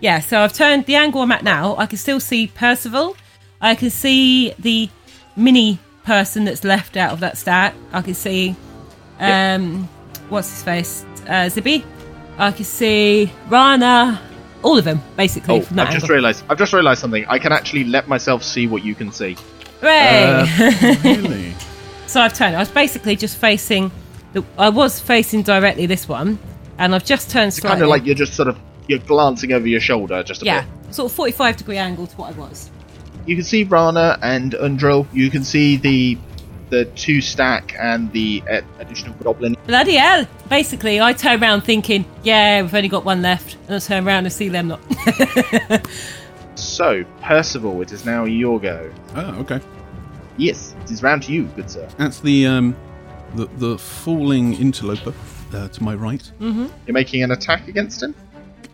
C: Yeah. So I've turned the angle I'm at now. I can still see Percival. I can see the mini person that's left out of that stat. I can see, um, what's his face, uh, Zibby. I can see Rana. All of them, basically.
A: Oh,
C: from that
A: I've just
C: angle.
A: realised. I've just realised something. I can actually let myself see what you can see.
C: Hooray!
B: Really?
A: uh,
C: So I've turned. I was basically just facing. The, I was facing directly this one, and I've just turned
A: It's
C: slightly.
A: kind of like you're just sort of you're glancing over your shoulder just a
C: yeah,
A: bit.
C: sort of forty-five degree angle to what I was.
A: You can see Rana and Undrill. You can see the the two stack and the uh, additional goblin.
C: Bloody hell! Basically, I turn around thinking, "Yeah, we've only got one left," and I turn around and see them not.
A: So Percival, it is now your go.
B: Oh, okay.
A: Yes, it is round to you, good sir.
B: That's the um, the the falling interloper uh, to my right.
A: You're making an attack against him.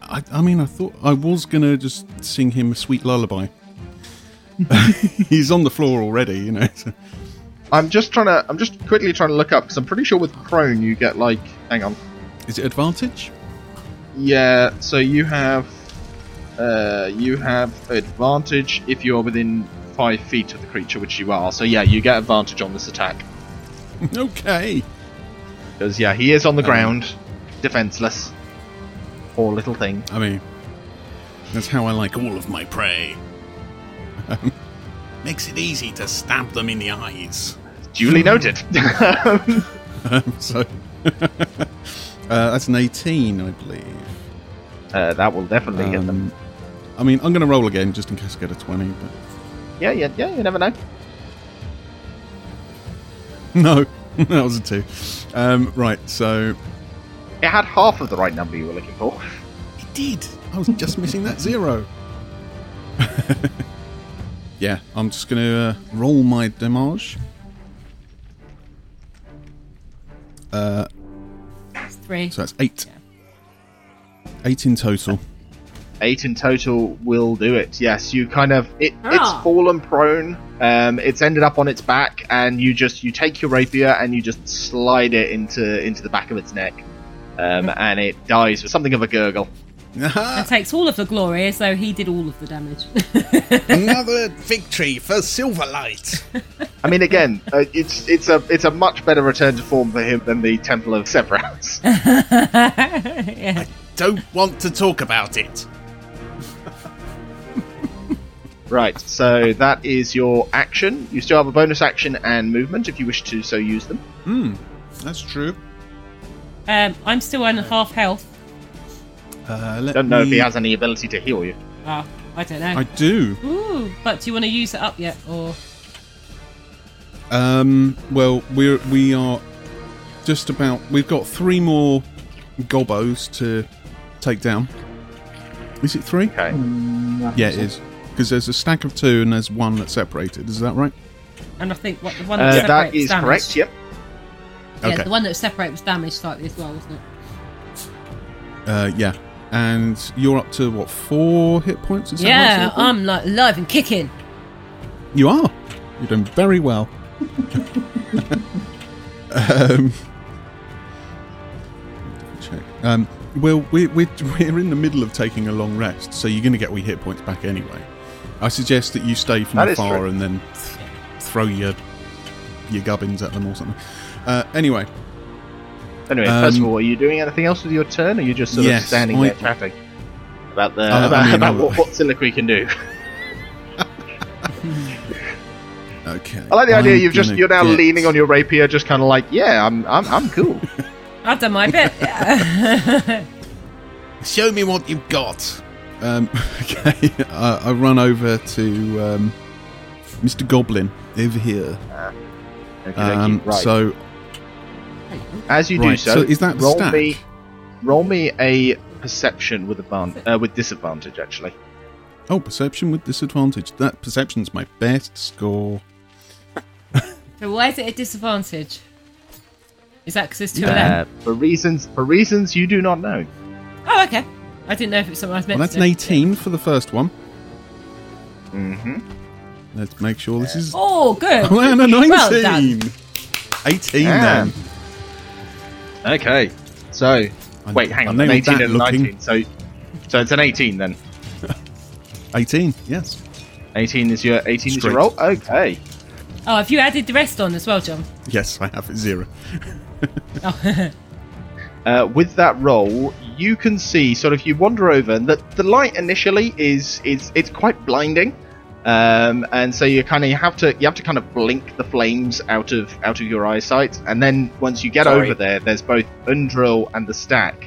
B: I, I mean, I thought I was gonna just sing him a sweet lullaby. He's on the floor already, you know. so-
A: I'm just trying to. I'm just quickly trying to look up because I'm pretty sure with prone you get like. Hang on.
B: Is it advantage?
A: Yeah. So you have. Uh, you have advantage if you are within five feet of the creature, which you are. So yeah, you get advantage on this attack
B: okay.
A: because yeah, he is on the ground, defenseless. Poor little thing.
B: I mean, that's how I like all of my prey.
J: Makes it easy to stab them in the eyes.
A: Duly noted.
B: so uh, that's an 18, I believe.
A: uh, that will definitely hit them.
B: Um, I mean, I'm going to roll again just in case I get a 20, but
A: Yeah, yeah, yeah. You never know.
B: no, that was a 2. Um, right, so
A: It had half of the right number you were looking for.
B: it did. I was just missing that zero. yeah, I'm just going to uh, roll my damage. Uh,
C: It's three.
B: so that's 8. 8 in total.
A: Eight in total will do it. Yes, you kind of it,
C: Ah.
A: it's fallen prone. Um, it's ended up on its back, and you just you take your rapier and you just slide it into into the back of its neck, um, and it dies with something of a gurgle.
C: And takes all of the glory as though he did all of the damage.
J: Another victory for Silverlight.
A: I mean, again, uh, it's it's a it's a much better return to form for him than the Temple of Severance.
C: yeah.
J: Don't want to talk about it.
A: right, so that is your action. You still have a bonus action and movement if you wish to so use them.
B: That's true.
C: Um, I'm still on half health.
B: Uh, let
A: Don't know if
B: me-
A: he has any ability to heal you.
C: Ah, I don't
B: I
C: know.
B: do.
C: Ooh, but do you want to use it up yet, or
B: Um, well, we're we are just about. We've got three more gobos to take down. Is it three? Mm,
A: Okay.
B: Yeah, it is. Because there's a stack of two and there's one that's separated. Is that right?
C: and I think what the one that
A: Uh,
C: separates
A: that is
C: damage.
A: correct. Yep.
C: Yeah,
B: Okay.
C: the one that separates was damaged slightly as well, wasn't it?
B: Uh, yeah. And you're up to what four hit points? Is that
C: Yeah,
B: right, Seliqua?
C: I'm like live and kicking.
B: you are. You're doing very well. um, check. Um, well, we're, we're, we're in the middle of taking a long rest, so you're going to get all your hit points back anyway. I suggest that you stay from
A: That is
B: afar
A: true.
B: and then th- throw your your gubbins at them or something. Uh, anyway,
A: Anyway,
B: Um,
A: first of all, are you doing anything else with your turn, or are you just sort
B: Yes,
A: of standing
B: I-
A: there chatting about the
B: Uh, I
A: about,
B: mean,
A: about
B: I-
A: what, what Siliqui can do?
B: okay.
A: I like the idea
B: I'm
A: you've just
B: gonna
A: you're now
B: get-
A: leaning on your rapier, just kind of like, yeah, I'm I'm, I'm cool.
C: I've done my bit. Yeah.
J: Show me what you've got.
B: Um, okay, I, I run over to um, Mr. Goblin over here.
A: Okey-dokey,
B: Um,
A: right.
B: So
A: as you do
B: right,
A: so,
B: so is that the
A: roll
B: stack?
A: me roll me a perception with advan- uh, with disadvantage actually.
B: Oh, perception with disadvantage. That perception's my best score.
C: So why is it a disadvantage? Is that because there's two
A: Uh,
C: of them?
A: for reasons for reasons you do not know.
C: Oh, okay. I didn't know if it was something I was meant
H: Well, that's
C: to
H: an
C: do.
H: 18 for the first one. Mm-hmm.
A: Mm-hmm.
H: Let's make sure this is...
C: Oh, good.
H: Oh, and a 19!
C: Well done.
H: 18
A: Ah.
H: then.
A: Okay. So
H: I-
A: wait, hang
H: I
A: on. An
H: nailed
A: eighteen
H: that
A: and a
H: looking.
A: nineteen. So so it's an eighteen then.
H: 18, yes.
A: 18 is your 18 is
H: Straight.
A: your roll. Okay.
C: Oh, have you added the rest on as well, John?
H: Yes, I have it. Zero.
C: Oh.
A: Uh, with that roll, you can see sort of you wander over, and the, the light initially is is it's quite blinding, um, and so you kind of you have to you have to kind of blink the flames out of out of your eyesight, and then once you get
D: Sorry.
A: over there, there's both Undrill and the stack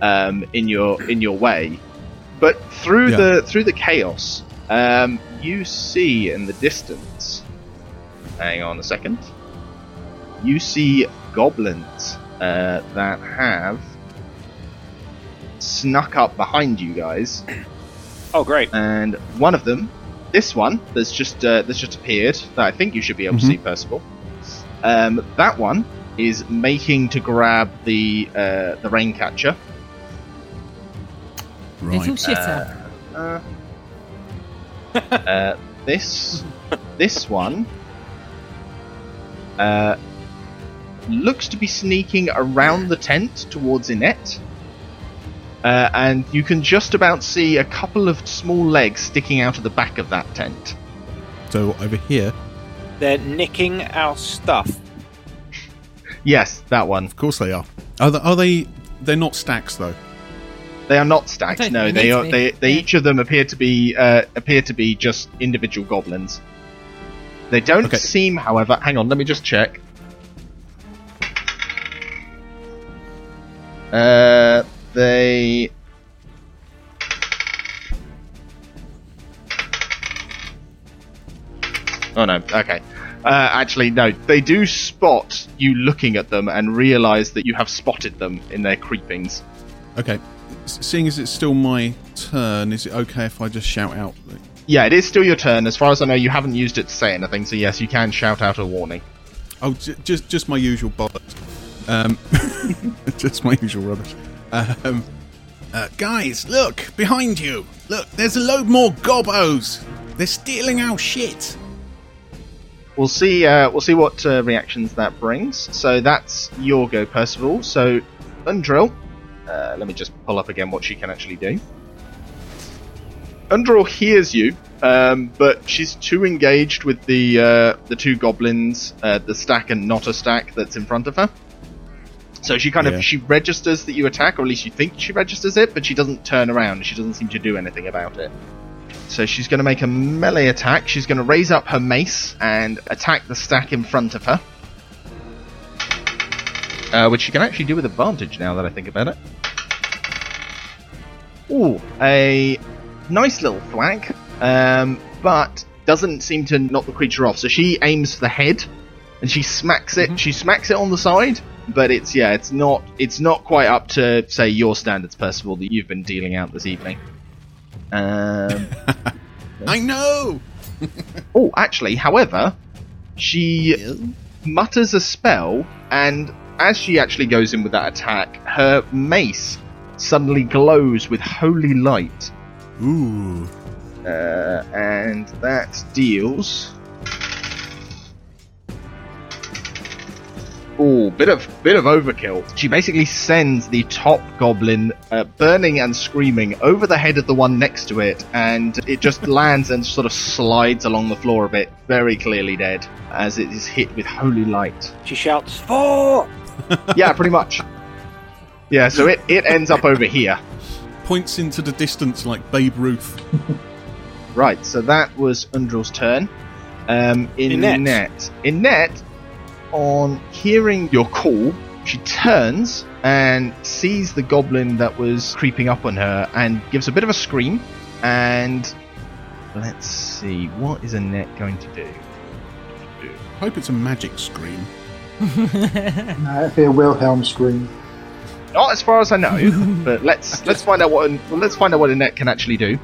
A: um, in your in your way, but through
H: Yeah.
A: the through the chaos, um, you see in the distance. Hang on a second. You see goblins uh, that have snuck up behind you guys,
D: Oh, great.
A: and one of them, this one that's just uh, that's just appeared that I think you should be able to see, Percival. Um, that one is making to grab the uh, the rain catcher.
C: Little
H: Right.
C: shitter.
A: Uh, uh, this this one uh, looks to be sneaking around the tent towards Inet. Uh, and you can just about see a couple of small legs sticking out of the back of that tent.
H: So over here,
D: They're nicking our stuff.
A: Yes, that one.
H: of course they are. Are they? Are they they're not stacks though.
A: They are not
C: I
A: stacked.
C: don't
A: No,
C: think
A: they
C: they
A: are.
C: need to
A: They,
C: be.
A: they
C: Yeah.
A: each of them appear to be uh, appear to be just individual goblins. They don't
H: Okay.
A: seem, however. Hang on, let me just check. Uh, they. Oh no. Okay. Uh, actually, no. They do spot you looking at them and realize that you have spotted them in their creepings.
H: Okay. S- seeing as it's still my turn, is it okay if I just shout out? like-
A: Yeah, it is still your turn. As far as I know, you haven't used it to say anything, so yes, you can shout out a warning.
H: Oh, j- just just my usual bollocks. Um, just my usual rubbish. Um,
B: Uh, guys, look behind you. Look, there's a load more gobos. They're stealing our shit.
A: We'll see. Uh, we'll see what uh, reactions that brings. So that's your go, Percival. So Undrill, uh, let me just pull up again what she can actually do. Undrill hears you, um, but she's too engaged with the uh, the two goblins, uh, the stack and not a stack that's in front of her. So she kind
H: Yeah.
A: of she registers that you attack, or at least you think she registers it, but she doesn't turn around. She doesn't seem to do anything about it. So she's going to make a melee attack. She's going to raise up her mace and attack the stack in front of her. Uh, which she can actually do with advantage now that I think about it. Ooh, a nice little thwack, um, but doesn't seem to knock the creature off. So she aims for the head, and she smacks it. She smacks it on the side, but it's yeah, it's not it's not quite up to say your standards, Percival, that you've been dealing out this evening. Um,
B: I know.
A: oh, actually, however, she mutters a spell, and as she actually goes in with that attack, her mace suddenly glows with holy light.
H: ooh,
A: Uh, and that deals. Oh, bit of bit of overkill. She basically sends the top goblin uh, burning and screaming over the head of the one next to it, and it just lands and sort of slides along the floor a bit, very clearly dead, as it is hit with holy light.
D: She shouts, Four!
A: Yeah, pretty much. Yeah, so it, it ends up over here.
H: points into the distance like Babe Ruth.
A: Right, so that was Undril's turn. Um, in
D: Inette.
A: net, in net, on hearing your call, she turns and sees the goblin that was creeping up on her and gives a bit of a scream. And let's see, what is Annette going to do?
H: Hope it's a magic screen.
E: Uh, it'd be a Wilhelm scream.
A: Not as far as I know, but let's let's find out what well, let's find out what Annette can actually do.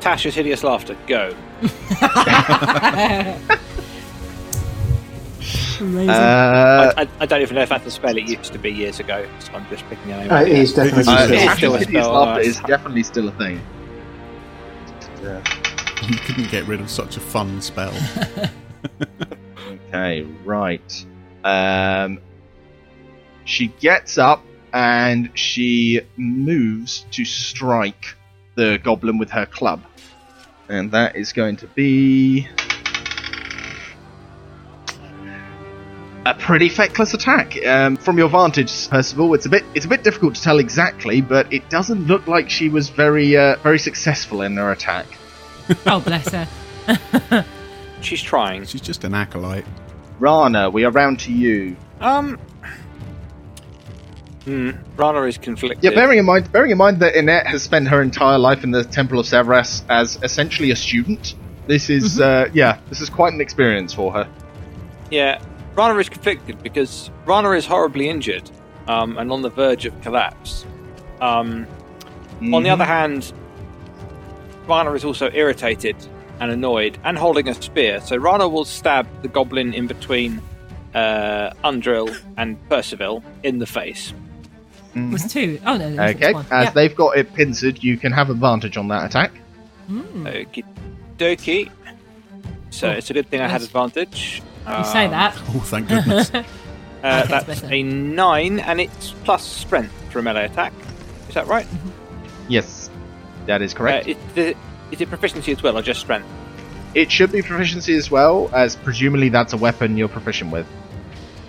D: Tasha's hideous laughter. Go.
C: Amazing.
A: Uh,
D: I, I, I don't even know if that's the spell it used to be years ago. So I'm just picking a name.
E: Uh, it is definitely.
A: uh,
D: It's
A: Happy
D: still a
A: City's
D: spell,
A: Laughter
D: uh,
A: is definitely still a thing. Yeah.
H: You couldn't get rid of such a fun spell.
A: Okay, right. Um, she gets up and she moves to strike the goblin with her club. And that is going to be. A pretty feckless attack. Um, from your vantage, Percival, it's a bit it's a bit difficult to tell exactly, but it doesn't look like she was very uh, very successful in her attack.
C: oh, bless her.
D: She's trying.
H: She's just an acolyte.
A: Rana, we are round to you.
D: Um. Hmm. Rana is conflicted.
A: Yeah, bearing in mind, bearing in mind that Inette has spent her entire life in the Temple of Severas as essentially a student. This is, uh, yeah, this is quite an experience for her.
D: Yeah, Rana is conflicted because Rana is horribly injured um, and on the verge of collapse. Um, On
E: Mm-hmm.
D: the other hand, Rana is also irritated and annoyed and holding a spear. So Rana will stab the goblin in between uh, Undrill and Percival in the face.
C: It was two. Oh no, it was
A: Okay,
C: one.
A: as
C: Yeah.
A: they've got it pincered, you can have advantage on that attack.
D: Okie dokie. So
C: Cool.
D: it's a good thing I had
C: Yes.
D: advantage.
C: you say that.
H: Oh, thank goodness.
D: Uh,
C: That's
D: that's
C: better.
D: a nine, and it's plus strength for a melee attack. Is that right?
A: Yes, that is correct.
D: Uh, is, the, is it proficiency as well, or just strength?
A: it should be proficiency as well, as presumably that's a weapon you're proficient with.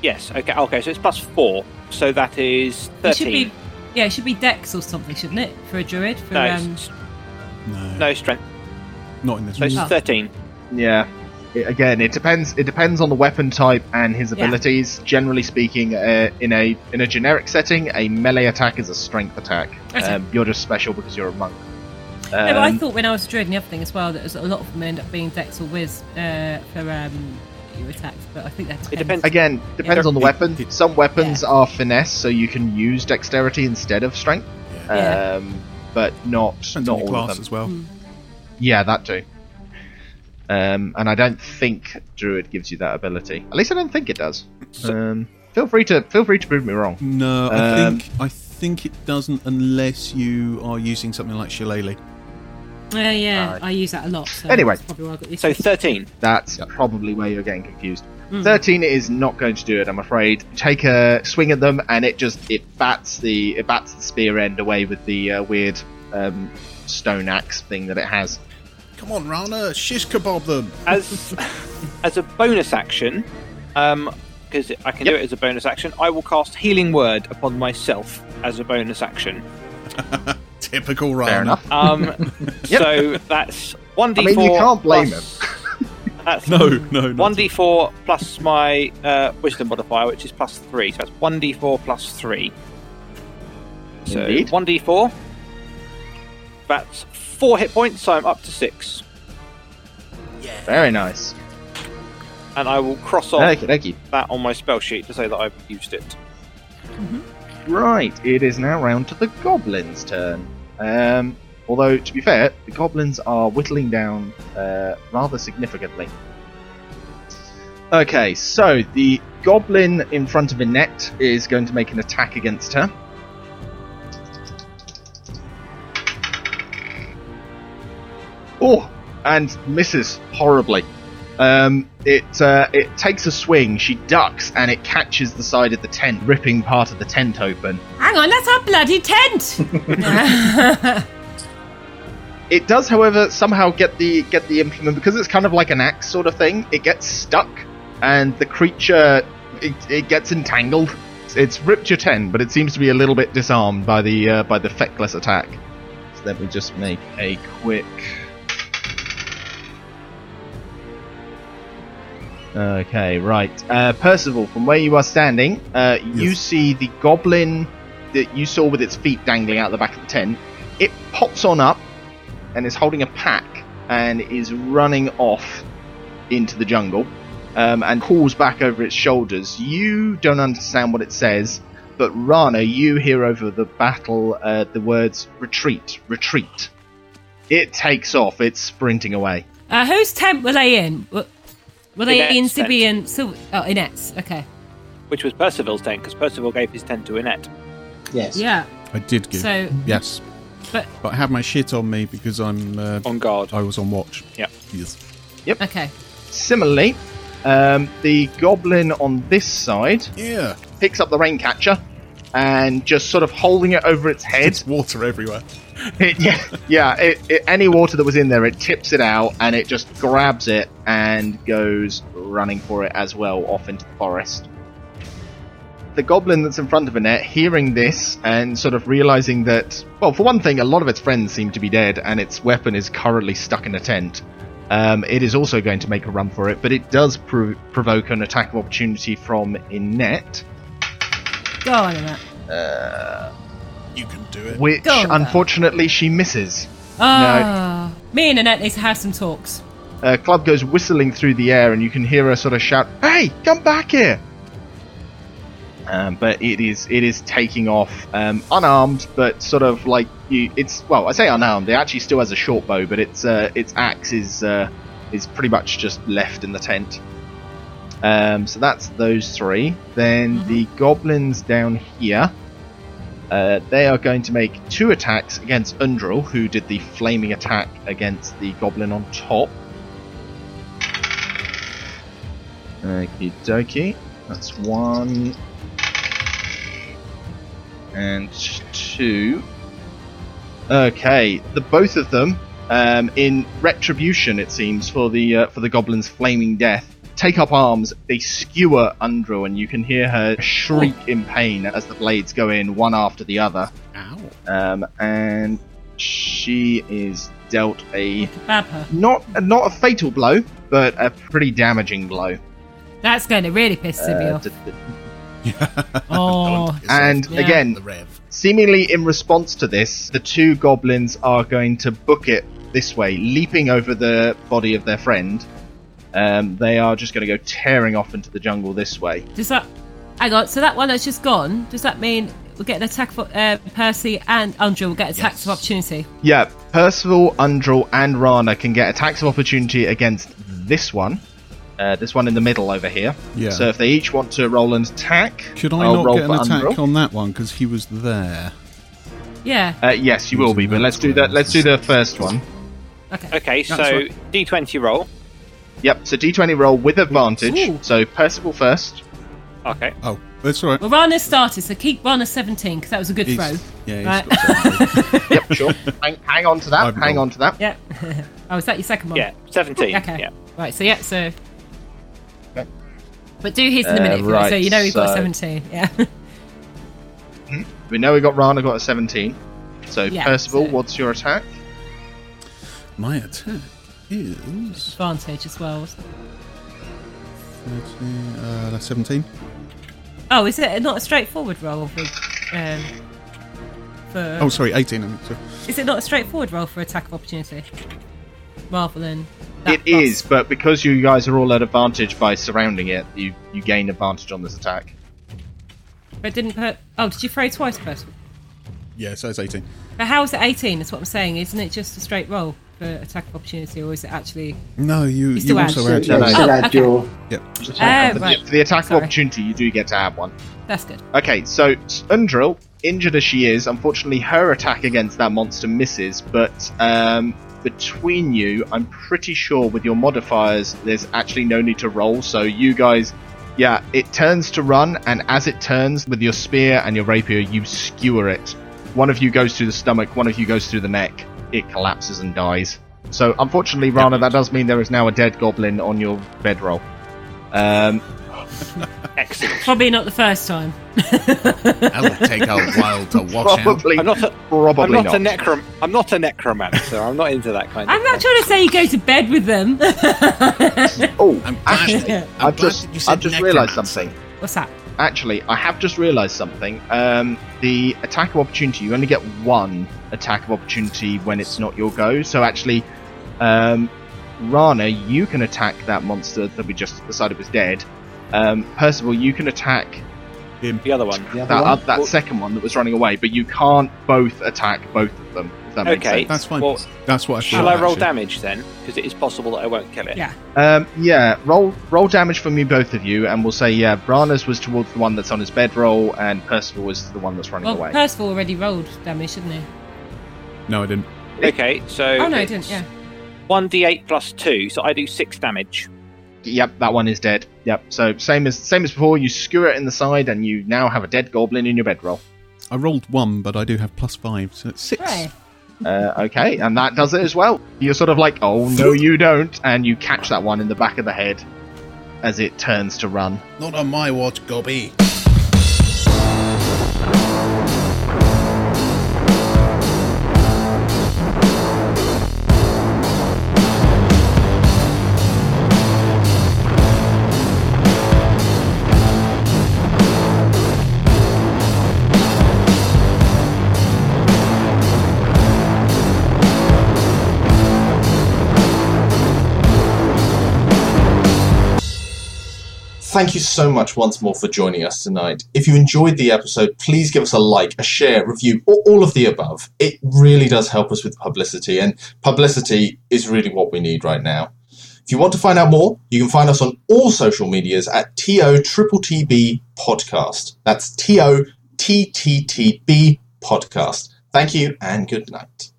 D: Yes. Okay. Okay. So it's plus four. So that is
C: It should
D: thirteen.
C: be, yeah, it should be Dex or something, shouldn't it, for a druid? For,
D: no,
C: um,
D: s-
H: No,
D: no strength.
H: not in this
D: So it's
H: room.
C: Oh.
D: thirteen.
A: Yeah. It- again, it depends. It depends on the weapon type and his
C: Yeah.
A: abilities. Generally speaking, uh, in a in a generic setting, a melee attack is a strength attack.
C: Okay.
A: Um, you're just special because you're a monk.
C: no, but I
A: Um,
C: thought when I was a druid and the other thing as well that was a lot of them end up being Dex or Wiz uh, for um, your attacks, but I think that depends.
D: depends.
A: again, depends
D: Yeah.
A: on the weapon. Some weapons are finesse, so you can use dexterity instead of strength.
C: Yeah.
A: Um, but not
H: Depends
A: not
H: on your
A: all of
H: class
A: them.
H: as well.
A: Yeah, that too. Um, and I don't think Druid gives you that ability. At least I don't think it does. Um, feel free to feel free to prove me
H: Hmm.
A: wrong.
H: No, I
A: Um,
H: think I think it doesn't unless you are using something like shillelagh.
C: Uh, yeah, I use that a lot. So
A: Anyway.
C: that's probably why I got used
D: So
C: to it.
D: thirteen.
A: That's probably where you're getting confused. 13 is not going to do it, I'm afraid. Take a swing at them, and it just it bats the it bats the spear end away with the uh, weird um, stone axe thing that it has.
H: Come on, Rana, shish kebab them.
D: As as a bonus action, um, because I can do it as a bonus action, I will cast Healing Word upon myself as a bonus action.
H: Typical Rana.
A: enough.
D: Um, so that's one d4.
A: mean, you can't blame
D: plus- That's
H: No, no, no.
D: One d four plus my uh, wisdom modifier, which is plus three. So that's one d four plus three. So
A: Indeed.
D: one d four. That's four hit points. So I'm up to six,
A: Very nice.
D: and I will cross off
A: Okie dokie.
D: that on my spell sheet to say that I've used it.
A: Right, it is now round to the goblins' turn. Um, although, to be fair, the goblins are whittling down uh, rather significantly. Okay, so the goblin in front of Annette is going to make an attack against her. Oh, and misses horribly. Um, it uh, it takes a swing. She ducks and it catches the side of the tent, ripping part of the tent open.
C: Hang on, that's our bloody tent.
A: It does, however, somehow get the get the implement because it's kind of like an axe sort of thing. It gets stuck, and the creature it, it gets entangled. It's ripped your ten, but it seems to be a little bit disarmed by the uh, by the feckless attack. So let me just make a quick. Okay, right. Uh, Percival, from where you are standing, uh, you
H: Yes.
A: see the goblin that you saw with its feet dangling out the back of the tent. It pops on up and is holding a pack and is running off into the jungle um, and calls back over its shoulders. You don't understand what it says, but Rana, you hear over the battle uh, the words retreat, retreat. It takes off, it's sprinting away.
C: uh, whose tent were they in? Were, Were they in
D: Inet's tent,
C: Sibian? Sil- oh, Inets. Okay.
D: Which was Percival's tent, because Percival gave his tent to Annette.
E: Yes.
C: Yeah.
H: I did give.
C: So-
H: yes,
C: But
H: but I have my shit on me because I'm. Uh,
D: On guard.
H: I was on watch.
D: Yep.
H: Yes.
C: okay.
A: Similarly, um, the goblin on this side
H: Yeah.
A: picks up the rain catcher and just sort of holding it over its head.
H: It's water everywhere.
A: It, yeah, yeah. It, it, any water that was in there, it tips it out and it just grabs it and goes running for it as well off into the forest. The goblin that's in front of Annette, hearing this and sort of realizing that, well, for one thing, a lot of its friends seem to be dead and its weapon is currently stuck in a tent. Um, it is also going to make a run for it, but it does pro- provoke an attack of opportunity from Inette.
C: Go on, Inet.
H: You can do it.
A: which
C: Go on, then.
A: unfortunately she misses.
C: Ah. Me and Annette need to have some talks.
A: Uh, Club goes whistling through the air, and you can hear her sort of shout, "Hey, come back here!" Um, but it is it is taking off um, unarmed, but sort of like you. It's well, I say unarmed. It actually still has a short bow, but its uh, its axe is uh, is pretty much just left in the tent. Um, so that's those three. Then the goblins down here. Uh, they are going to make two attacks against Undril, who did the flaming attack against the goblin on top. Okie dokie. That's one. And two. Okay, the both of them, um, in retribution, it seems, for the uh, for the goblin's flaming death, take up arms. They skewer Undro, and you can hear her shriek in pain as the blades go in one after the other.
B: Ow.
A: Um, and she is dealt a
C: Bab her.
A: not not a fatal blow, but a pretty damaging blow.
C: That's going to really piss Sibby
A: Uh,
C: off.
A: d- d-
C: Oh.
A: and
C: Yeah.
A: again,
B: The rev.
A: Seemingly in response to this, the two goblins are going to book it this way, leaping over the body of their friend. Um, they are just going to go tearing off into the jungle this way.
C: Does that? Hang on. So that one that's just gone. Does that mean we get an attack for uh, Percy and Andrew will get attacks of opportunity?
A: Yeah, Percival, Undril, and Rana can get attacks of opportunity against this one. Uh, this one in the middle over here.
H: Yeah.
A: So if they each want to roll an attack,
H: Should I
A: I'll
H: not
A: roll
H: get an
A: for
H: attack
A: Undril.
H: on that one because he was there?
C: Yeah.
A: Uh, yes, you will be, but let's do that. Let's do the first one.
H: Uh,
C: Okay.
D: Okay, so
H: right.
D: D20 roll.
A: Yep. So D20 roll with advantage.
C: Ooh.
A: So Percival first.
D: Okay.
H: Oh, that's all right.
C: Well, Rana started, so keep Rana 17 because that was a good
H: He's-
C: throw.
H: yeah, he's
C: Right.
A: Yep, sure. hang, hang on to that.
H: I've
A: hang
H: rolled.
A: on to that.
C: yeah. oh, is that your second one?
D: Yeah, 17.
C: Okay.
D: Yeah.
C: Right. So yeah. So. But do his in a
A: Uh,
C: minute, if you want, so
A: right,
C: you know we've got
A: so-
C: 17. Yeah.
A: We know we got Rana got a 17. So,
C: Yeah,
A: Percival,
C: so-
A: what's your attack?
H: My attack is
C: Advantage as well. wasn't it?
H: 13, uh, that's 17.
C: Oh, is it not a straightforward roll? For, um, for
H: Oh, sorry, 18. I mean, sorry.
C: Is it not a straightforward roll for attack of opportunity? Rather than.
A: It is, but because you guys are all at advantage by surrounding it, you, you gain advantage on this attack.
C: But didn't put. Oh, did you throw twice, person?
H: Yeah, so it's 18.
C: But how is it 18? That's what I'm saying. Isn't it just a straight roll for attack of opportunity, or is it actually.
H: No, you,
C: He's still
H: you also
C: out.
H: add.
E: So
A: no,
E: you should
C: no.
E: add
C: Oh, okay.
E: your
H: Yep.
C: Oh,
A: For the-
C: right.
A: For the attack
C: Sorry.
A: of opportunity, you do get to add one.
C: That's good.
A: Okay, so Undril, injured as she is, unfortunately her attack against that monster misses, but um, between you, I'm pretty sure with your modifiers, there's actually no need to roll, so you guys, yeah, it turns to run, and as it turns, with your spear and your rapier, you skewer it. One of you goes through the stomach, one of you goes through the neck. It collapses and dies. So, unfortunately, Rana, that does mean there is now a dead goblin on your bedroll. Um,
D: Excellent.
C: Probably not the first time.
B: That will take a while to wash out.
A: probably,
D: I'm not a,
A: probably
D: I'm not,
A: not.
D: a necrom. I'm not a necromancer. I'm not into that kind of.
C: I'm not trying to say you go to bed with them.
A: Oh,
B: I'm glad
A: actually,
B: that- I'm
A: I've
B: glad
A: just,
B: that you said
A: I've just realised
B: necromancer.
A: something.
C: What's that?
A: Actually, I have just realised something. Um, the attack of opportunity, you only get one attack of opportunity when it's not your go. So actually, um, Rana, you can attack that monster that we just decided was dead. Um, Percival, you can attack
D: The other one.
E: the other
A: that,
E: one.
A: uh, that
D: Well-
A: second one that was running away, but you can't both attack both of them. If that makes
D: Okay.
A: sense.
H: That's fine.
D: Well,
H: That's what I
D: Shall
H: thought,
D: I roll
H: actually.
D: damage then? Because it is possible that I won't kill it.
C: Yeah.
A: Um, yeah, roll roll damage from you both of you, and we'll say yeah. Brana's was towards the one that's on his bedroll, and Percival was the one that's running
C: Well,
A: away.
C: Percival already rolled damage, didn't he?
H: No, I didn't.
D: Okay, so.
C: Oh no, he didn't. Yeah.
D: One d8 plus two, so I do six damage.
A: yep, that one is dead. Yep. So same as same as before. You skewer it in the side, and you now have a dead goblin in your bedroll.
H: I rolled one, but I do have plus five, so it's six.
C: Right.
A: Uh, okay, and that does it as well. You're sort of like, oh no, you don't, and you catch that one in the back of the head as it turns to run.
B: Not on my watch, Gobby.
K: Thank you so much once more for joining us tonight. If you enjoyed the episode, please give us a like, a share, review, or all of the above. It really does help us with publicity, and publicity is really what we need right now. If you want to find out more, you can find us on all social medias at TOTTB Podcast. That's T O T T T B Podcast. Thank you and good night.